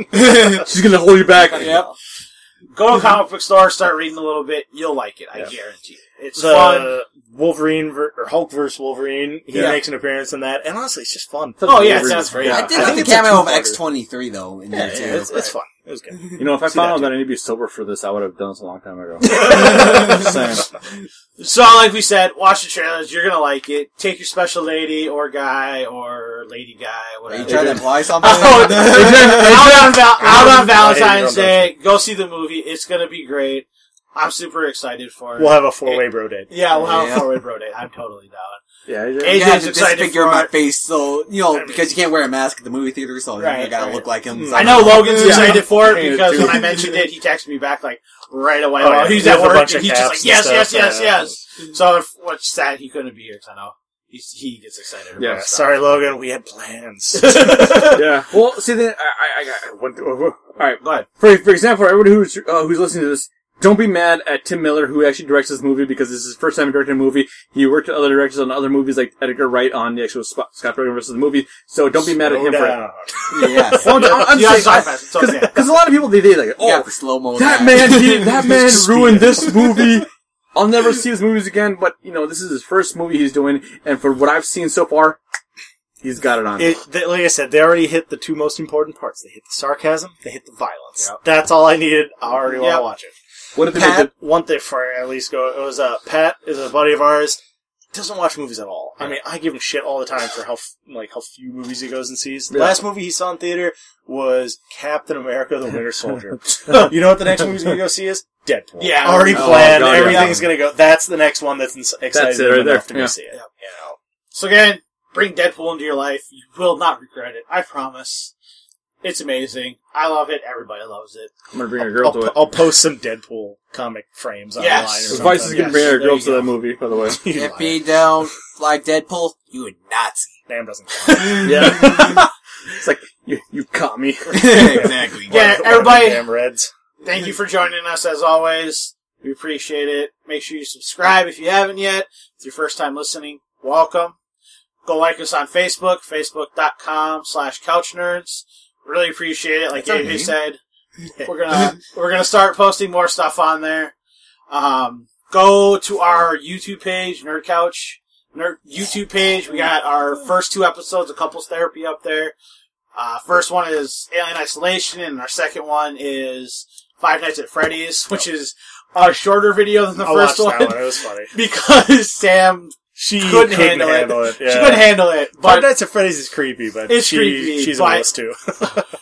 C: She's gonna hold you back.
D: yep. <laughs>
A: go to a comic book store, start reading a little bit. You'll like it. I
B: Yeah.
A: guarantee. It. It's fun.
B: the Wolverine ver- or Hulk versus Wolverine. He
A: Yeah.
B: makes an appearance in that, and honestly, it's just fun.
A: Oh, yeah, it sounds great.
C: Yeah.
D: I did
B: I <laughs>
D: like
B: think
D: the
B: it's a
D: cameo of
B: two-parter.
D: X23 though in
B: Yeah,
D: there too.
B: yeah, it's, it's fun. It
A: <laughs>
B: was good.
C: You know, if I
B: See that
C: found out
B: too.
C: that I need to be sober for this, I would have done this a long time ago. Just saying.
A: So, like we said, watch the trailers. You're gonna like it. Take your special lady or guy or lady guy,
D: Are you
A: whatever.
D: trying to imply something?
A: <laughs>
D: <laughs>
A: Oh, <laughs> out, on Val- out on Valentine's
B: I hate
A: Day. Go see the movie. It's gonna be great. I'm super excited for it.
B: We'll have a four-way bro date.
A: yeah, we'll have
D: Yeah.
A: a four-way bro date. I'm totally
D: <laughs>
A: down.
C: Yeah,
A: Hey,
C: yeah.
D: you had
A: AJ's
D: to
A: excited
D: disfigure
A: for
D: my
A: it.
D: face, so you know
A: mean-
D: because you can't wear a mask at the movie theater, so you
A: Right,
D: gotta
A: right. Hmm.
D: look like him.
A: I know
D: <laughs>
A: Logan's
C: Yeah.
A: excited for
B: <laughs>
C: Yeah,
A: it because
C: dude.
A: when I mentioned it, he texted me back like right away.
B: Oh,
A: while
B: yeah.
A: He's
B: With
A: at
B: a
A: work.
B: bunch
A: And
B: of
A: he's just
B: caps
A: like,
B: and
A: yes,
B: stuff.
A: yes, yes,
B: Yeah.
A: yes. So, if, what's sad he couldn't be here because I know he's, he gets excited. about
C: Yeah,
A: stuff.
B: Sorry, Logan. We
A: <laughs>
B: had plans.
C: yeah. <laughs> Well, see, then I, I, I, I went through. All right,
A: Go ahead.
C: For for example, everybody who's uh, who's listening to this, don't be mad at Tim Miller who actually directs this movie because this is his first time directing a movie. He worked with other directors on other movies like Edgar Wright on the actual Sp- Scott Pilgrim versus the movie. So don't be mad at
B: Slow
C: him
B: down.
D: Yes.
C: for it. Well, I'm, I'm
A: Yeah,
C: saying-
A: it's not fast. It's okay.
C: because a lot of people they they like
D: You
A: <laughs>
C: oh
D: got the slow mo.
C: that man
D: <laughs>
C: he, that man
B: Speed.
C: ruined this movie. I'll never see his movies again. But you know this is his first movie he's doing, and for what I've seen so far, he's got it on.
B: It, th- like I said, they already hit the two most important parts. They hit the sarcasm. They hit the violence.
A: Yep.
B: That's all I needed. I already want
A: Yep.
B: to watch it.
C: what if they
D: Pat-
C: make the
B: One thing for at least go. It was uh, Pat is a buddy of ours. doesn't watch movies at all. I mean, I give him shit all the time for how f- like how few movies he goes and sees. The
C: Yeah.
B: last movie he saw in theater was Captain America: The Winter Soldier. <laughs> you know what the next movie he's gonna go see is Deadpool.
A: Yeah.
B: already
C: Oh,
B: planned.
C: God, yeah.
B: Everything's gonna go. That's the next one that's ins- exciting
C: it right
B: enough to
C: there.
B: go
C: Yeah.
B: see it. You know.
A: So again, bring Deadpool into your life. You will not regret it. I promise. It's amazing. I love it. Everybody loves it.
C: I'm gonna bring a girl
B: I'll,
C: to it.
B: po- I'll post some Deadpool comic frames
A: Yes.
B: online. Or
A: Vice
B: something.
C: Vice is gonna
A: Yes,
C: bring a
A: there
C: girl
A: you
C: to
A: go.
C: that movie, by
A: <laughs>
C: the way.
B: <laughs> You
D: If
B: liar.
D: you don't like Deadpool, you a Nazi.
A: <laughs>
B: Damn
C: <laughs>
B: doesn't.
C: yeah. it's like you, you caught me. <laughs>
D: <laughs> exactly.
A: Yeah,
B: One of the
A: everybody-
B: Damn Reds.
A: Thank you for joining us as always. We appreciate it. Make sure you subscribe if you haven't yet. If it's your first time listening, welcome. Go like us on Facebook, facebook.com slash couch nerds. Really appreciate it. Like
D: That's our
A: AJ
D: name?
A: said, we're gonna, we're gonna start posting more stuff on there. Um, go to our YouTube page, Nerd Couch, Nerd YouTube page. We got our first two episodes of couples therapy up there. Uh, first one is Alien Isolation, and our second one is Five Nights at Freddy's, <laughs> which is a shorter video than the
B: I
A: first one,
B: watched that one. It was funny.
A: <laughs> because Sam
B: She
A: couldn't, handle, it. She couldn't handle it.
B: Five
A: But
B: Nights at Freddy's is creepy, but
A: It's
B: she,
A: creepy,
B: she's
A: but-
B: a list too.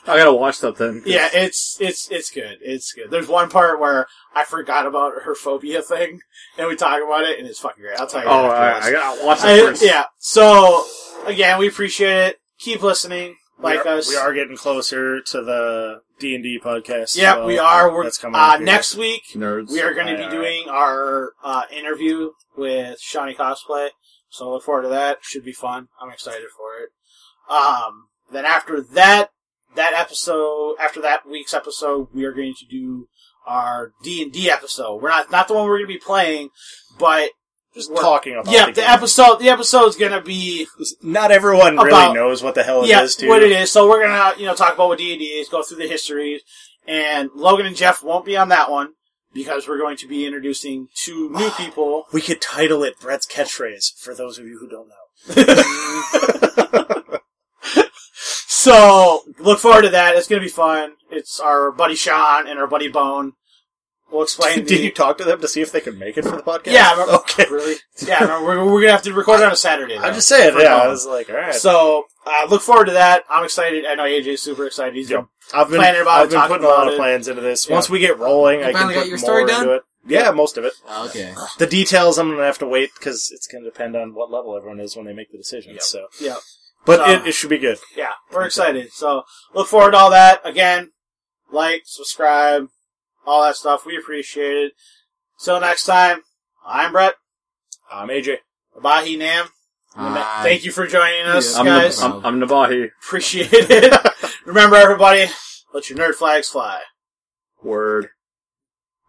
C: I gotta watch that then. 'cause
A: yeah, it's it's it's good. It's good. There's one part where I forgot about her phobia thing, and we talk about it, and it's fucking great. I'll tell you.
C: Oh,
A: after
C: I,
A: this.
C: I gotta watch that
A: I,
C: first.
A: yeah. So again, we appreciate it. Keep listening, like
B: we are,
A: us.
B: we are getting closer to the D and D podcast.
A: Yep,
B: so
A: we are. We're
B: That's coming
A: uh,
B: up here.
A: next week.
C: Nerds.
A: We are going to
B: Aye,
A: be
B: aye.
A: doing our uh, interview with Shawnee Cosplay, so look forward to that. Should be fun. I'm excited for it. Um, then after that, that episode, after that week's episode, we are going to do our D and D episode. We're not not the one we're going to be playing, but
B: Just
A: we're-
B: talking about
A: yeah,
B: the,
A: the
B: game.
A: episode the episode's going to be
B: Not everyone really
A: about-
B: knows what the hell it is.
A: yeah,
B: too.
A: what it is. So we're gonna you know talk about what D and D is, go through the histories, and Logan and Jeff won't be on that one because we're going to be introducing two new people.
B: We could title it Brett's catchphrase for those of you who don't know.
A: So look forward to that. It's gonna be fun. It's our buddy Sean and our buddy Bone. We'll explain. the,
B: <laughs> Did you talk to them to see if they could make it for the podcast?
A: Yeah. I'm-
B: Okay.
A: Really? Yeah. no, we're, we're gonna have to record it on a Saturday.
B: I'm
A: though.
B: just saying.
A: For
B: Yeah. I
A: Bone.
B: was like, all right.
A: So uh, look forward to that. I'm excited. I know AJ's super excited. He's
B: Yep.
A: gonna
B: I've been,
A: planning about it,
B: I've been
A: talking
B: putting a lot
A: about
B: of
A: it.
B: plans into this.
A: Yeah.
B: Once we get rolling, I can
D: finally
B: put
D: got your story
B: more
D: done?
B: into it. Yeah, most of it.
A: <laughs>
D: okay.
B: The details I'm gonna have to wait because it's gonna depend on what level everyone is when they make the decisions.
A: Yep.
B: So,
A: yeah. Um,
B: but
A: So-
B: it, it should be good.
A: yeah, we're excited. So look forward to all that. Again, like, subscribe, all that stuff. We appreciate it. Till next time, I'm Brett.
B: I'm AJ.
A: Bahi Nam.
D: Hi.
A: Thank you for joining us,
D: Yeah.
C: I'm,
A: guys.
C: Nav- I'm, I'm Navahi.
A: <laughs> Appreciate it. Remember, everybody, let your nerd flags fly.
C: Word.